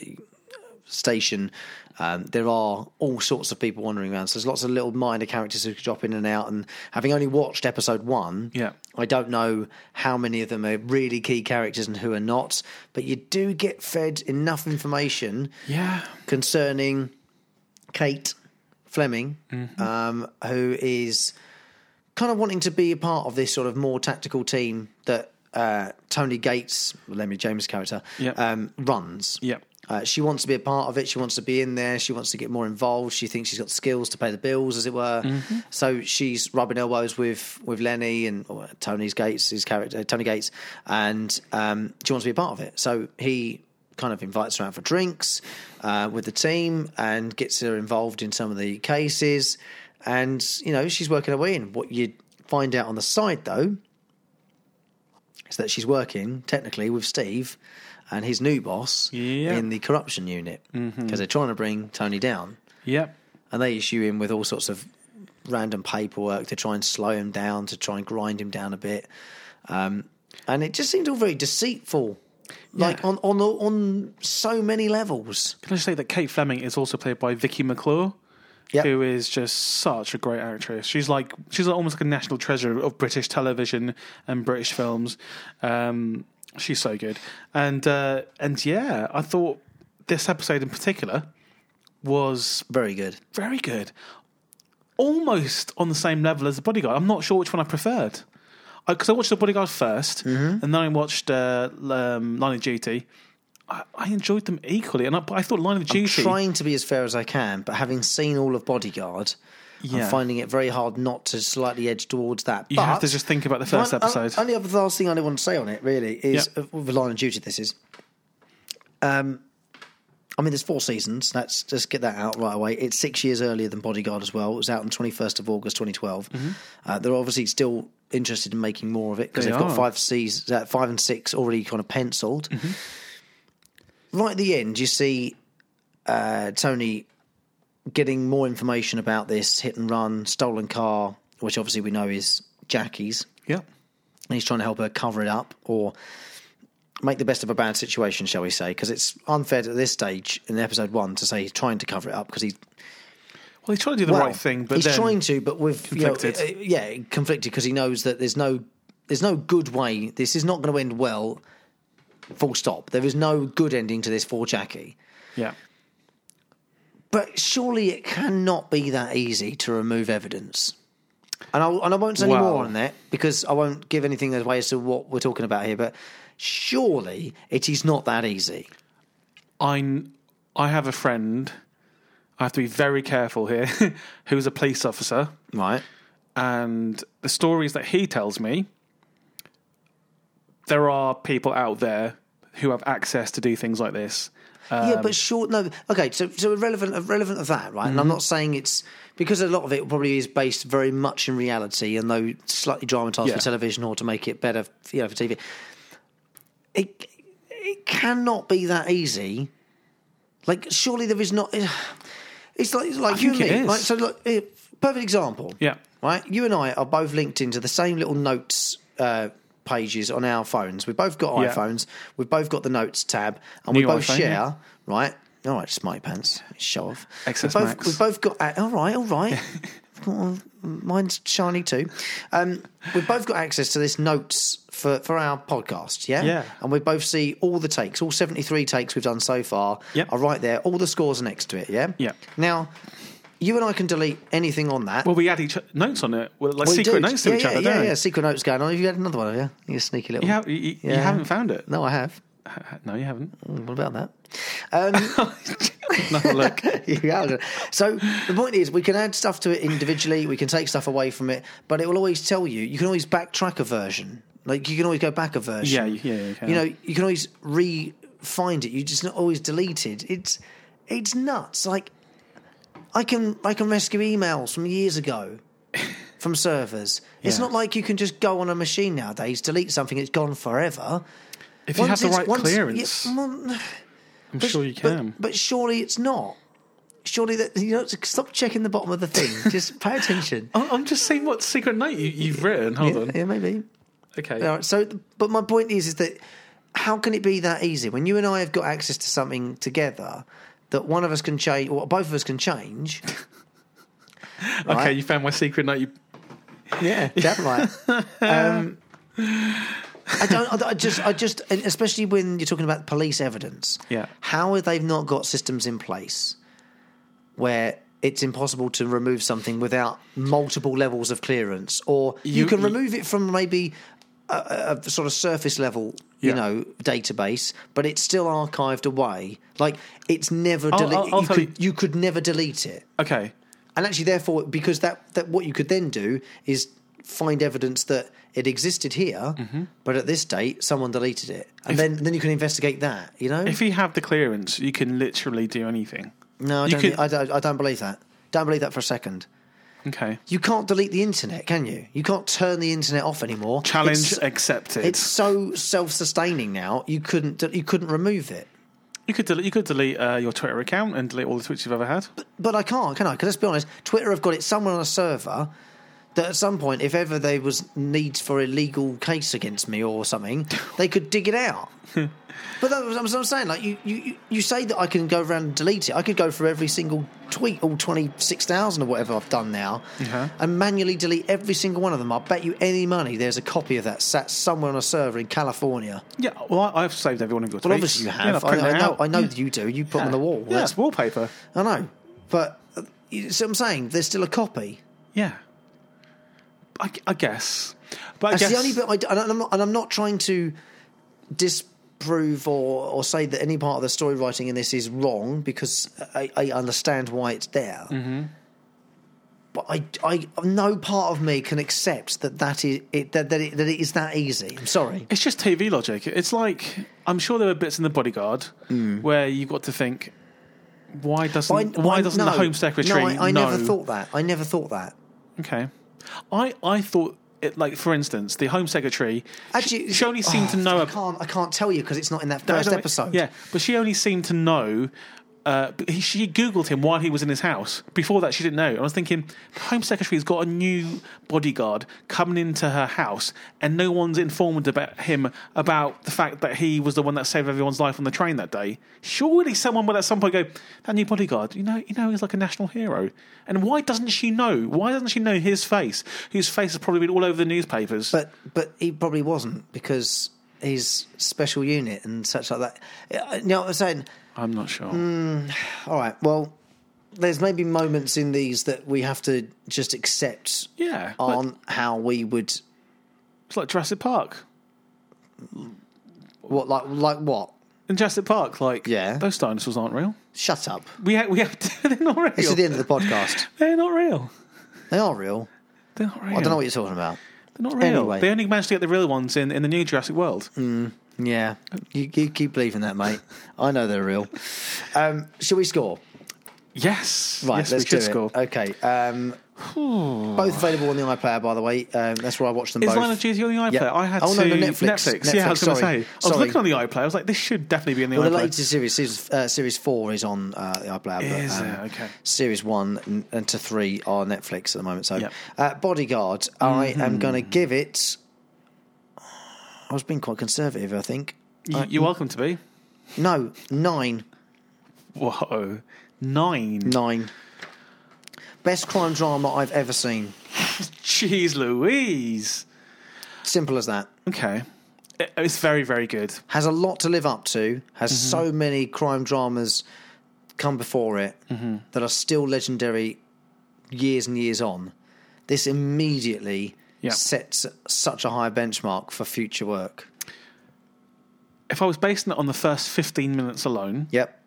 Speaker 2: station. Um, there are all sorts of people wandering around. So there's lots of little minor characters who drop in and out. And having only watched episode one,
Speaker 3: Yeah.
Speaker 2: I don't know how many of them are really key characters and who are not. But you do get fed enough information
Speaker 3: Yeah.
Speaker 2: concerning Kate Fleming, um, who is kind of wanting to be a part of this sort of more tactical team that uh, Tony Gates, Lemmy James' character,
Speaker 3: Yep.
Speaker 2: um, runs.
Speaker 3: Yep.
Speaker 2: Uh, she wants to be a part of it. She wants to be in there. She wants to get more involved. She thinks she's got skills to pay the bills, as it were. So she's rubbing elbows with with Lenny and or Tony's Gates, his character Tony Gates, and um, she wants to be a part of it. So he kind of invites her out for drinks uh, with the team and gets her involved in some of the cases. And you know she's working her way in. What you find out on the side, though, is that she's working technically with Steve and his new boss
Speaker 3: Yeah. Mm-hmm.
Speaker 2: in the corruption unit because they're trying to bring Tony down.
Speaker 3: Yep.
Speaker 2: And they issue him with all sorts of random paperwork to try and slow him down, to try and grind him down a bit. Um, and it just seemed all very deceitful Like on on on so many levels.
Speaker 3: Can I just say that Kate Fleming is also played by Vicky McClure,
Speaker 2: Yep.
Speaker 3: who is just such a great actress. She's like she's almost like a national treasure of British television and British films. Um, she's so good, and uh, and yeah, I thought this episode in particular was
Speaker 2: Very good.
Speaker 3: very good. Almost on the same level as The Bodyguard. I'm not sure which one I preferred. Because I, watched The Bodyguard 1st
Speaker 2: Mm-hmm.
Speaker 3: and then I watched uh, L- um, Line of Duty. I, I enjoyed them equally, and I, but I thought Line of Duty.
Speaker 2: Trying to be as fair as I can, but having seen all of Bodyguard,
Speaker 3: Yeah.
Speaker 2: I'm finding it very hard not to slightly edge towards that.
Speaker 3: you
Speaker 2: but
Speaker 3: have to just think about the first
Speaker 2: One-
Speaker 3: episode.
Speaker 2: o- Only other last thing I want to say on it really is
Speaker 3: Yeah.
Speaker 2: uh, with Line of Duty. This is, um, I mean, there's four seasons. Let's just get that out right away. It's six years earlier than Bodyguard as well. It was out on 21st of August 2012. Uh, they're obviously still interested in making more of it because
Speaker 3: Mm-hmm. They
Speaker 2: they've got
Speaker 3: are.
Speaker 2: five seas, uh, five and six already kind of penciled.
Speaker 3: Mm-hmm.
Speaker 2: Right at the end, you see uh, Tony getting more information about this hit and run, stolen car, which obviously we know is Jackie's
Speaker 3: yeah.
Speaker 2: and he's trying to help her cover it up or make the best of a bad situation, shall we say? Because it's unfair at this stage in episode one to say he's trying to cover it up because he's
Speaker 3: Well, he's trying to do the
Speaker 2: well,
Speaker 3: right thing, but
Speaker 2: he's
Speaker 3: then
Speaker 2: trying to, but with you know,
Speaker 3: Conflicted.
Speaker 2: uh, yeah, conflicted because he knows that there's no there's no good way. This is not going to end well. Full stop. There is no good ending to this for Jackie.
Speaker 3: yeah,
Speaker 2: But surely it cannot be that easy to remove evidence. And I, and I won't say any
Speaker 3: Wow.
Speaker 2: more on that because I won't give anything away as to what we're talking about here. But surely it is not that easy.
Speaker 3: I I have a friend. I have to be very careful here. who's a police officer?
Speaker 2: Right.
Speaker 3: and the stories that he tells me, there are people out there who have access to do things like this.
Speaker 2: yeah,
Speaker 3: Um,
Speaker 2: but short. No. Okay. So, so irrelevant, irrelevant of that, right? And
Speaker 3: Mm-hmm.
Speaker 2: I'm not saying it's because a lot of it probably is based very much in reality, and though slightly dramatized
Speaker 3: Yeah.
Speaker 2: for television or to make it better, you know, for TV. It it cannot be that easy. Like, surely there is not. It's like it's like you and
Speaker 3: think
Speaker 2: me.
Speaker 3: it is.
Speaker 2: Right. So, look, eh, perfect example.
Speaker 3: Yeah.
Speaker 2: Right. You and I are both linked into the same little notes. Uh, Pages on our phones. We've both got
Speaker 3: Yeah.
Speaker 2: iPhones. We've both got the notes tab, and we
Speaker 3: New
Speaker 2: both
Speaker 3: iPhone,
Speaker 2: share,
Speaker 3: yeah.
Speaker 2: right? All right, smart pants, show off.
Speaker 3: XS
Speaker 2: we both,
Speaker 3: Max.
Speaker 2: we both got. a- All right, all right. Well, Mine's shiny too. Um, we've both got access to this notes for, for our podcast, yeah?
Speaker 3: Yeah.
Speaker 2: And we both see all the takes, all 73 takes we've done so far
Speaker 3: Yep.
Speaker 2: are right there. All the scores are next to it, yeah?
Speaker 3: Yeah.
Speaker 2: Now, you and I can delete anything on that.
Speaker 3: Well, we add each notes on it, well, like
Speaker 2: We
Speaker 3: secret
Speaker 2: do.
Speaker 3: notes to
Speaker 2: yeah,
Speaker 3: each
Speaker 2: yeah,
Speaker 3: other,
Speaker 2: Yeah,
Speaker 3: don't we?
Speaker 2: yeah, secret notes going on. Have you had another one, have you? You sneaky little.
Speaker 3: You, have, you, you
Speaker 2: Yeah.
Speaker 3: haven't found it.
Speaker 2: No, I have.
Speaker 3: No, you haven't.
Speaker 2: What about that? Um,
Speaker 3: No, look.
Speaker 2: yeah. So the point is, we can add stuff to it individually. We can take stuff away from it, but it will always tell you. You can always backtrack a version. Like you can always go back a version.
Speaker 3: Yeah, yeah, you can.
Speaker 2: know, you can always re-find it. You just not always deleted. It's it's nuts. Like I can I can rescue emails from years ago. From servers, it's
Speaker 3: Yeah.
Speaker 2: not like you can just go on a machine nowadays, delete something, it's gone forever.
Speaker 3: If you have the
Speaker 2: it's-
Speaker 3: right
Speaker 2: once- yeah,
Speaker 3: clearance,
Speaker 2: well,
Speaker 3: I'm
Speaker 2: but-
Speaker 3: sure you
Speaker 2: but-
Speaker 3: can.
Speaker 2: But, surely it's not. Surely that you know. Stop checking the bottom of the thing. Just pay attention.
Speaker 3: I- I'm just seeing what secret note you, you've written. Hold Oh, on.
Speaker 2: yeah, maybe.
Speaker 3: Okay.
Speaker 2: All right, so, but my point is, is that how can it be that easy when you and I have got access to something together that one of us can change, or both of us can change?
Speaker 3: Okay,
Speaker 2: right.
Speaker 3: you found my secret note. You,
Speaker 2: Yeah, that right. Um, I don't. I just. I just. and Especially when you're talking about police evidence.
Speaker 3: Yeah.
Speaker 2: How have they've not got systems in place where it's impossible to remove something without multiple levels of clearance, or you,
Speaker 3: You-
Speaker 2: can
Speaker 3: you-
Speaker 2: remove it from maybe a, a- a sort of surface level,
Speaker 3: Yeah.
Speaker 2: you know, database, but it's still archived away. Like it's never
Speaker 3: I'll-
Speaker 2: deleted.
Speaker 3: I'll- I'll
Speaker 2: you,
Speaker 3: tell
Speaker 2: could,
Speaker 3: you-
Speaker 2: you could never delete it.
Speaker 3: okay.
Speaker 2: And actually, therefore, because that, that what you could then do is find evidence that it existed here,
Speaker 3: Mm-hmm.
Speaker 2: but at this date, someone deleted it, and then then you can investigate that. You know,
Speaker 3: If you have the clearance, you can literally do anything.
Speaker 2: no, I
Speaker 3: you
Speaker 2: don't,
Speaker 3: could-
Speaker 2: think- I, don't. I don't believe that. Don't believe that for a second.
Speaker 3: Okay.
Speaker 2: You can't delete the internet, can you? You can't turn the internet off anymore.
Speaker 3: Challenge
Speaker 2: It's,
Speaker 3: accepted.
Speaker 2: it's so self-sustaining now. You couldn't. You couldn't remove it.
Speaker 3: You could delete, you could delete uh, your Twitter account and delete all the tweets you've ever had.
Speaker 2: But I can't, can I? Because let's be honest, Twitter have got it somewhere on a server. that at some point, if ever there was need for a legal case against me or something, they could dig it out. but that was, that's what I'm saying. Like you, you, you- you say that I can go around and delete it. I could go through every single tweet, all twenty six thousand or whatever I've done now,
Speaker 3: Uh-huh.
Speaker 2: and manually delete every single one of them. I bet you any money there's a copy of that sat somewhere on a server in California.
Speaker 3: Yeah, well, I- I've saved every one of your tweets.
Speaker 2: Well, obviously you
Speaker 3: Yeah,
Speaker 2: have.
Speaker 3: I've
Speaker 2: I,
Speaker 3: printed
Speaker 2: I
Speaker 3: it
Speaker 2: know.
Speaker 3: out.
Speaker 2: I know that you do. You put them on the wall.
Speaker 3: Yeah, it's wallpaper.
Speaker 2: I know, but uh, you see what I'm saying? There's still a copy.
Speaker 3: Yeah. I, I guess. But I
Speaker 2: That's
Speaker 3: guess
Speaker 2: the only bit I d- and I'm, not, and I'm not trying to disprove or, or say that any part of the story writing in this is wrong because I, I understand why it's there.
Speaker 3: Mm-hmm.
Speaker 2: But I, I, no part of me can accept that that is it, that, that, it, that it is that easy. I'm sorry.
Speaker 3: It's just TV logic. It's like, I'm sure there were bits in The Bodyguard
Speaker 2: Mm.
Speaker 3: where you got to think, why doesn't,
Speaker 2: But I-
Speaker 3: why
Speaker 2: I-
Speaker 3: doesn't
Speaker 2: no,
Speaker 3: the Home Secretary
Speaker 2: No, I, I
Speaker 3: know?
Speaker 2: never thought that. I never thought that.
Speaker 3: Okay. I, I thought, it, like, for instance, the Home Secretary,
Speaker 2: Actually, oh,
Speaker 3: she only seemed to know
Speaker 2: I
Speaker 3: ab-
Speaker 2: can't. I can't tell you because it's not in that
Speaker 3: No,
Speaker 2: first
Speaker 3: no,
Speaker 2: episode.
Speaker 3: Yeah, but she only seemed to know. Uh, but he, she googled him while he was in his house. Before that, she didn't know. I was thinking, the Home Secretary's got a new bodyguard coming into her house, and no one's informed about him about the fact that he was the one that saved everyone's life on the train that day. Surely, someone would at some point go, "That new bodyguard, you know, you know, he's like a national hero." And why doesn't she know? Why doesn't she know his face? Whose face has probably been all over the newspapers?
Speaker 2: But but he probably wasn't because his special unit and such like that. Uh, You know what I'm saying?
Speaker 3: I'm not sure.
Speaker 2: mm, All right. Well, there's maybe moments in these that we have to just accept
Speaker 3: yeah, but-
Speaker 2: on how we would
Speaker 3: it's like Jurassic Park.
Speaker 2: what like like what.
Speaker 3: in Jurassic Park, like
Speaker 2: Yeah.
Speaker 3: those dinosaurs aren't real.
Speaker 2: Shut up.
Speaker 3: We ha- we have to, they're not real.
Speaker 2: This is the end of the podcast.
Speaker 3: they're not real.
Speaker 2: They are real.
Speaker 3: They're not real.
Speaker 2: I don't know what you're talking about.
Speaker 3: they're not real.
Speaker 2: Anyway. Mm.
Speaker 3: They only managed to get the real ones in, in the new Jurassic World.
Speaker 2: Yeah, you, you keep believing that, mate. I know they're real. Um, shall we score?
Speaker 3: Yes,
Speaker 2: Right,
Speaker 3: yes,
Speaker 2: let's
Speaker 3: we should
Speaker 2: do it.
Speaker 3: score.
Speaker 2: Okay. Um, both available on the iPlayer, by the way. Um, that's where I watched them
Speaker 3: Is
Speaker 2: both.
Speaker 3: Line of Duty on the iPlayer?
Speaker 2: Yep.
Speaker 3: I had
Speaker 2: Oh, no,
Speaker 3: to
Speaker 2: no, Netflix.
Speaker 3: Yeah, I was
Speaker 2: Netflix,
Speaker 3: going to
Speaker 2: sorry.
Speaker 3: say. I was
Speaker 2: Sorry.
Speaker 3: looking on the iPlayer. I was like, this should definitely be in the
Speaker 2: Well, the
Speaker 3: iPlayer.
Speaker 2: latest series, series, uh, series four, is on uh, the iPlayer.
Speaker 3: Is
Speaker 2: but,
Speaker 3: it? Okay.
Speaker 2: Series one and- and to three are Netflix at the moment. So,
Speaker 3: Yep. Mm-hmm.
Speaker 2: uh, Bodyguard, I am going to give it. I was being quite conservative, I think.
Speaker 3: You, you're welcome to be.
Speaker 2: No, nine,
Speaker 3: Whoa, nine.
Speaker 2: nine. Best crime drama I've ever seen.
Speaker 3: Jeez, Louise.
Speaker 2: Simple as that.
Speaker 3: Okay, It- it's very very good.
Speaker 2: has a lot to live up to, has so many crime dramas come before it that are still legendary years and years on. This immediately
Speaker 3: Yeah.
Speaker 2: sets such a high benchmark for future work.
Speaker 3: If I was basing it on the first 15 minutes alone,
Speaker 2: Yep.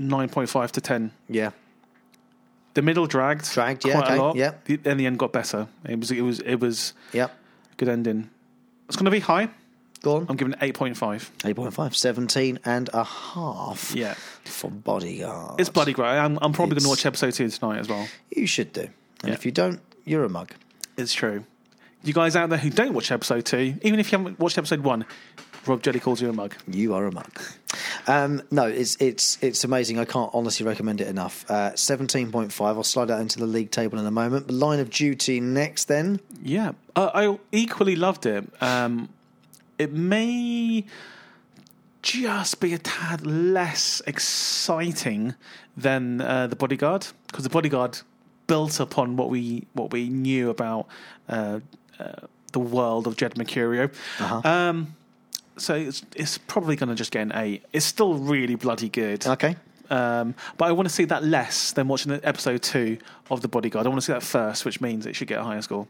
Speaker 3: 9.5 to 10.
Speaker 2: Yeah.
Speaker 3: The middle dragged,
Speaker 2: Dragged, yeah,
Speaker 3: quite
Speaker 2: okay,
Speaker 3: a lot.
Speaker 2: yeah.
Speaker 3: The, and the end got better. It was, it was, it was
Speaker 2: Yep.
Speaker 3: a good ending. It's going to be high.
Speaker 2: Go on.
Speaker 3: I'm giving it eight point five.
Speaker 2: 8.5, 17 and a half
Speaker 3: Yeah,
Speaker 2: for Bodyguard.
Speaker 3: it's bloody great. I'm, I'm probably
Speaker 2: It's-
Speaker 3: going to watch episode two tonight as well.
Speaker 2: You should do. And
Speaker 3: Yeah.
Speaker 2: if you don't, you're a mug.
Speaker 3: It's true. You guys out there who don't watch episode two, even if you haven't watched episode one, Rob Jelly calls you a mug.
Speaker 2: You are a mug. Um, no, it's it's it's amazing. I can't honestly recommend it enough. Uh, Seventeen point five. I'll slide that into the league table in a moment. But Line of Duty next, then.
Speaker 3: Yeah, uh, I equally loved it. Um, it may just be a tad less exciting than uh, the Bodyguard because the Bodyguard built upon what we what we knew about uh, uh, the world of Jed Mercurio. Um, so it's it's probably going to just get an eight. It's still really bloody good.
Speaker 2: Okay.
Speaker 3: Um, but I want to see that less than watching the episode two of The Bodyguard. I want to see that first, which means it should get a higher score.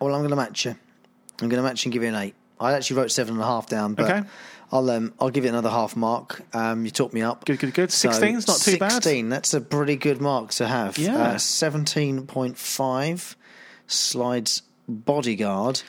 Speaker 2: Well, I'm going to match you. I'm going to match you and give you an eight. I actually wrote seven and a half down, but
Speaker 3: Okay.
Speaker 2: I'll um, I'll give it another half mark. Um, you talked me up.
Speaker 3: Good, good, good.
Speaker 2: So,
Speaker 3: 16's not too bad.
Speaker 2: Sixteen. That's a pretty good mark to have. Uh,
Speaker 3: Yeah.
Speaker 2: Seventeen point five slides bodyguard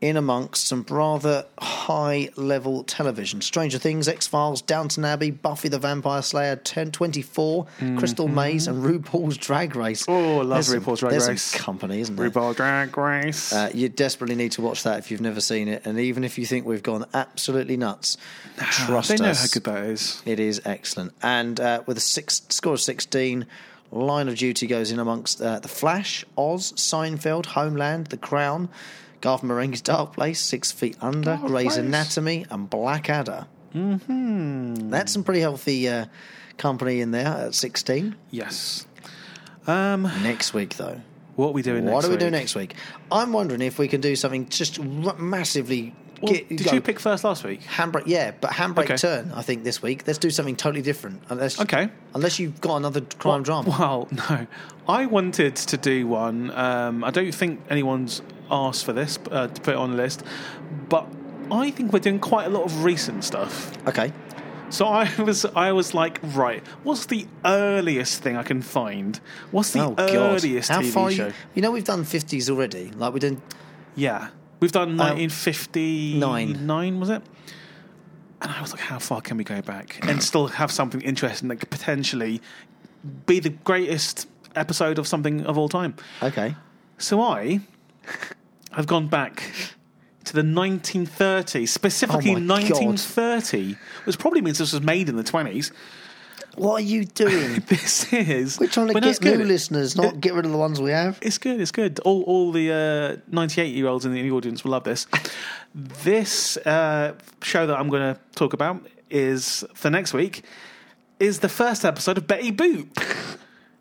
Speaker 2: in amongst some rather high level television. Stranger Things, X Files, Downton Abbey, Buffy the Vampire Slayer, 10, 24, Crystal Maze, and RuPaul's Drag Race.
Speaker 3: Mm-hmm. Oh, I love
Speaker 2: There's some-
Speaker 3: RuPaul's Drag
Speaker 2: there's some
Speaker 3: Race.
Speaker 2: company, isn't there?
Speaker 3: RuPaul Drag Race.
Speaker 2: Uh, you desperately need to watch that if you've never seen it, and even if you think we've gone absolutely nuts, trust
Speaker 3: they know
Speaker 2: us.
Speaker 3: how good that is.
Speaker 2: It is excellent, and uh, with a six score of sixteen, Line of Duty goes in amongst uh, The Flash, Oz, Seinfeld, Homeland, The Crown, Garth Marenghi's Dark Place, Six Feet Under, Grey's
Speaker 3: Place.
Speaker 2: Anatomy, and Blackadder. Mm-hmm. That's some pretty healthy uh, company in there at 16.
Speaker 3: Yes. Um,
Speaker 2: Next week, though.
Speaker 3: what are we doing?
Speaker 2: What
Speaker 3: next
Speaker 2: do we do
Speaker 3: week?
Speaker 2: next week? I'm wondering if we can do something just r- massively.
Speaker 3: Well,
Speaker 2: get-
Speaker 3: did
Speaker 2: go-
Speaker 3: you pick first last week?
Speaker 2: handbrake? Yeah, but handbrake
Speaker 3: Okay.
Speaker 2: turn. I think this week. Let's do something totally different. Unless
Speaker 3: Okay.
Speaker 2: unless you've got another crime drama.
Speaker 3: Well, no. I wanted to do one. Um, I don't think anyone's asked for this uh, to put it on the list, but I think we're doing quite a lot of recent stuff.
Speaker 2: Okay,
Speaker 3: So I was, I was like, right, what's the earliest thing I can find? What's the
Speaker 2: oh god,
Speaker 3: earliest
Speaker 2: how
Speaker 3: TV
Speaker 2: far?
Speaker 3: show?
Speaker 2: You, you know we've done fifties already. Like we did.
Speaker 3: Yeah, we've
Speaker 2: Um,
Speaker 3: done 1959, was it? And I was like, how far can we go back and still have something interesting that could potentially be the greatest episode of something of all time?
Speaker 2: Okay,
Speaker 3: So I have gone back to the 1930s, specifically
Speaker 2: Oh my God.
Speaker 3: 1930, which probably means this was made in the 20s.
Speaker 2: what are you doing?
Speaker 3: This is.
Speaker 2: We're trying to
Speaker 3: but no, it's
Speaker 2: get new
Speaker 3: good.
Speaker 2: listeners, not get rid of the ones we have.
Speaker 3: It's good. It's good. All all the uh, 98 year olds in the audience will love this. this uh, show that I'm going to talk about is for next week is the first episode of Betty Boop.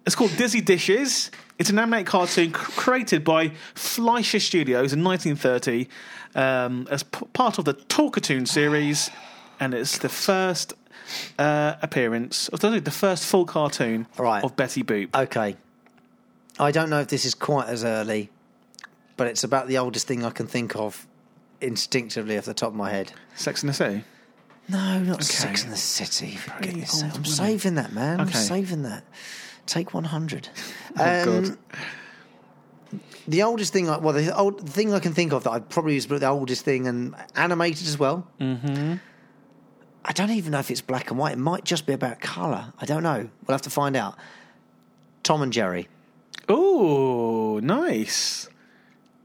Speaker 3: It's called Dizzy Dishes. It's an animated cartoon c- created by Fleischer Studios in 1930 um, as p- part of the Talkatoon series, and it's the first uh, appearance, of the first full cartoon
Speaker 2: Right. Uh,
Speaker 3: of Betty Boop.
Speaker 2: Okay, I don't know if this is quite as early, but it's about the oldest thing I can think of instinctively off the top of my head.
Speaker 3: Sex in the City.
Speaker 2: No, not Sex in the City. For goodness sake.
Speaker 3: old
Speaker 2: I'm
Speaker 3: women.
Speaker 2: saving that, man. I'm
Speaker 3: Okay.
Speaker 2: saving that. Take 100.
Speaker 3: Oh,
Speaker 2: Um,
Speaker 3: God.
Speaker 2: The oldest thing, I, well, the old the thing I can think of that I probably is the oldest thing and animated as well. Mm-hmm. I don't even know if it's black and white. It might just be about colour. I don't know. We'll have to find out. Tom and Jerry.
Speaker 3: Oh, nice.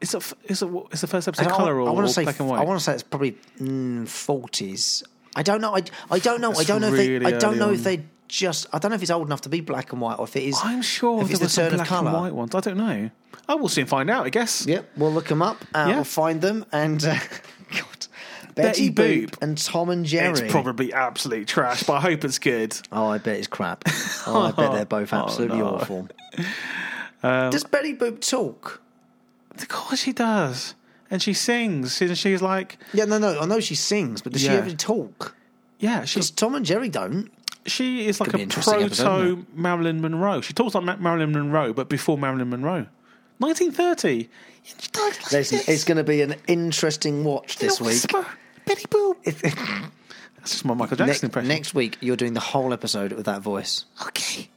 Speaker 3: It's a f- it's a it's the first episode
Speaker 2: And I-
Speaker 3: color or,
Speaker 2: I
Speaker 3: or
Speaker 2: want to say
Speaker 3: black and white.
Speaker 2: I want to say it's probably mm, forties. I don't know. I, I don't know. I
Speaker 3: It's
Speaker 2: don't know. if
Speaker 3: really
Speaker 2: they, I don't
Speaker 3: early
Speaker 2: know
Speaker 3: on.
Speaker 2: if they just. I don't know if it's old enough to be black and white or if it is.
Speaker 3: I'm sure
Speaker 2: if
Speaker 3: there
Speaker 2: it's
Speaker 3: were
Speaker 2: the
Speaker 3: some
Speaker 2: turn
Speaker 3: black
Speaker 2: of colour.
Speaker 3: and white ones. I don't know. I will soon find out. I guess.
Speaker 2: Yep, we'll look them up. Uh,
Speaker 3: Yeah.
Speaker 2: We'll find them and uh, God, Betty,
Speaker 3: Betty
Speaker 2: Boop,
Speaker 3: Boop.
Speaker 2: and Tom and Jerry.
Speaker 3: It's probably absolute trash, but I hope it's good.
Speaker 2: Oh, I bet it's crap. Oh, I bet they're both
Speaker 3: Oh,
Speaker 2: absolutely
Speaker 3: no. Um,
Speaker 2: awful. Does Betty Boop talk?
Speaker 3: Of course she does, and she sings, and she's like,
Speaker 2: Yeah, no, no. I know she sings, but does she
Speaker 3: Yeah.
Speaker 2: ever talk?
Speaker 3: yeah,
Speaker 2: Because
Speaker 3: she's
Speaker 2: Tom and Jerry don't.
Speaker 3: she is like
Speaker 2: Could be
Speaker 3: a
Speaker 2: an interesting episode,
Speaker 3: proto Marilyn Monroe. She talks like Ma- Marilyn Monroe, but before Marilyn Monroe, 1930. And she talks like
Speaker 2: Listen,
Speaker 3: this.
Speaker 2: it's going to be an interesting watch
Speaker 3: In a
Speaker 2: this week.
Speaker 3: whisper. Betty Boop. That's just my Michael Jackson
Speaker 2: Next,
Speaker 3: impression.
Speaker 2: next week, you're doing the whole episode with that voice.
Speaker 3: Okay.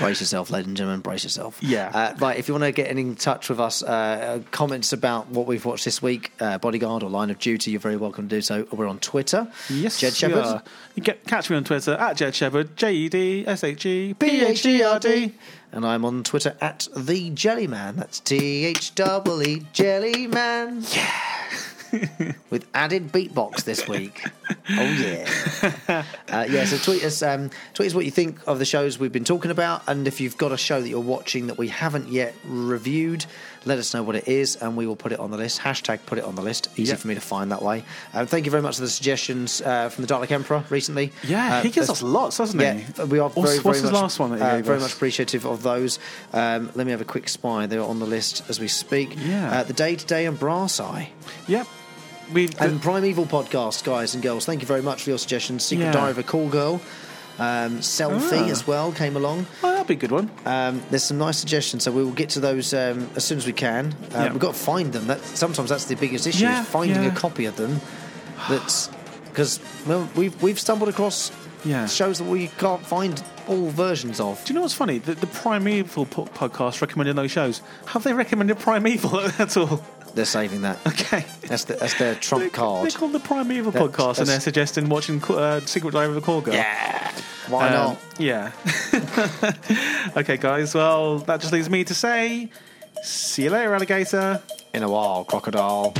Speaker 2: Brace yourself, ladies and gentlemen. Brace yourself.
Speaker 3: Yeah.
Speaker 2: Uh, right. If you want to get in touch with us, uh, uh, comments about what we've watched this week, uh, Bodyguard or Line of Duty, you're very welcome to do so. We're on Twitter.
Speaker 3: Yes,
Speaker 2: Jed
Speaker 3: we
Speaker 2: Shepherd.
Speaker 3: are. You can catch me on Twitter at Jed Shepherd, J E D S H E P H E R D.
Speaker 2: And I'm on Twitter at the Jellyman. That's T H E E Jellyman. Yeah. With added beatbox this week. Oh yeah. Uh, yeah. So tweet us. Um, tweet us what you think of the shows we've been talking about, and if you've got a show that you're watching that we haven't yet reviewed, let us know what it is, and we will put it on the list. Hashtag put it on the list. Easy
Speaker 3: Yep.
Speaker 2: for me to find that way. Um, thank you very much for the suggestions uh, from the Dalek Emperor recently.
Speaker 3: Yeah,
Speaker 2: Uh,
Speaker 3: he gives
Speaker 2: there's-
Speaker 3: us lots, doesn't he?
Speaker 2: yeah, we are
Speaker 3: What's-
Speaker 2: very, very
Speaker 3: what's his
Speaker 2: much,
Speaker 3: last one that he
Speaker 2: uh,
Speaker 3: gave
Speaker 2: very
Speaker 3: us?
Speaker 2: much appreciative of those. Um, let me have a quick spy. They're on the list as we speak.
Speaker 3: Yeah.
Speaker 2: Uh, the Day to Day and Brass Eye.
Speaker 3: Yep. We
Speaker 2: And Primeval Podcast, guys and girls. Thank you very much for your suggestions. Secret
Speaker 3: Yeah.
Speaker 2: Diary of a Call Girl. Um, selfie
Speaker 3: Ah.
Speaker 2: as well came along.
Speaker 3: oh, that'd be a good one.
Speaker 2: Um, there's some nice suggestions, so we will get to those um, as soon as we can. Uh,
Speaker 3: Yeah.
Speaker 2: We've got to find them. That sometimes that's the biggest issue
Speaker 3: Yeah,
Speaker 2: is finding
Speaker 3: yeah.
Speaker 2: a copy of them. That's because well, we've we've stumbled across
Speaker 3: Yeah.
Speaker 2: shows that we can't find all versions of.
Speaker 3: Do you know what's funny? The, the Primeval po- podcast recommended those shows. Have they recommended Primeval at all?
Speaker 2: They're saving that.
Speaker 3: Okay.
Speaker 2: That's, the, that's their
Speaker 3: They-
Speaker 2: trump card.
Speaker 3: They called the Primeval
Speaker 2: That's-
Speaker 3: podcast and
Speaker 2: that's-
Speaker 3: they're suggesting watching Co- uh, Secret Diary of a Call Girl.
Speaker 2: Yeah. Why
Speaker 3: Um,
Speaker 2: not?
Speaker 3: Yeah. okay, guys. Well, that just leaves me to say, see you later, alligator.
Speaker 2: In a while, crocodile.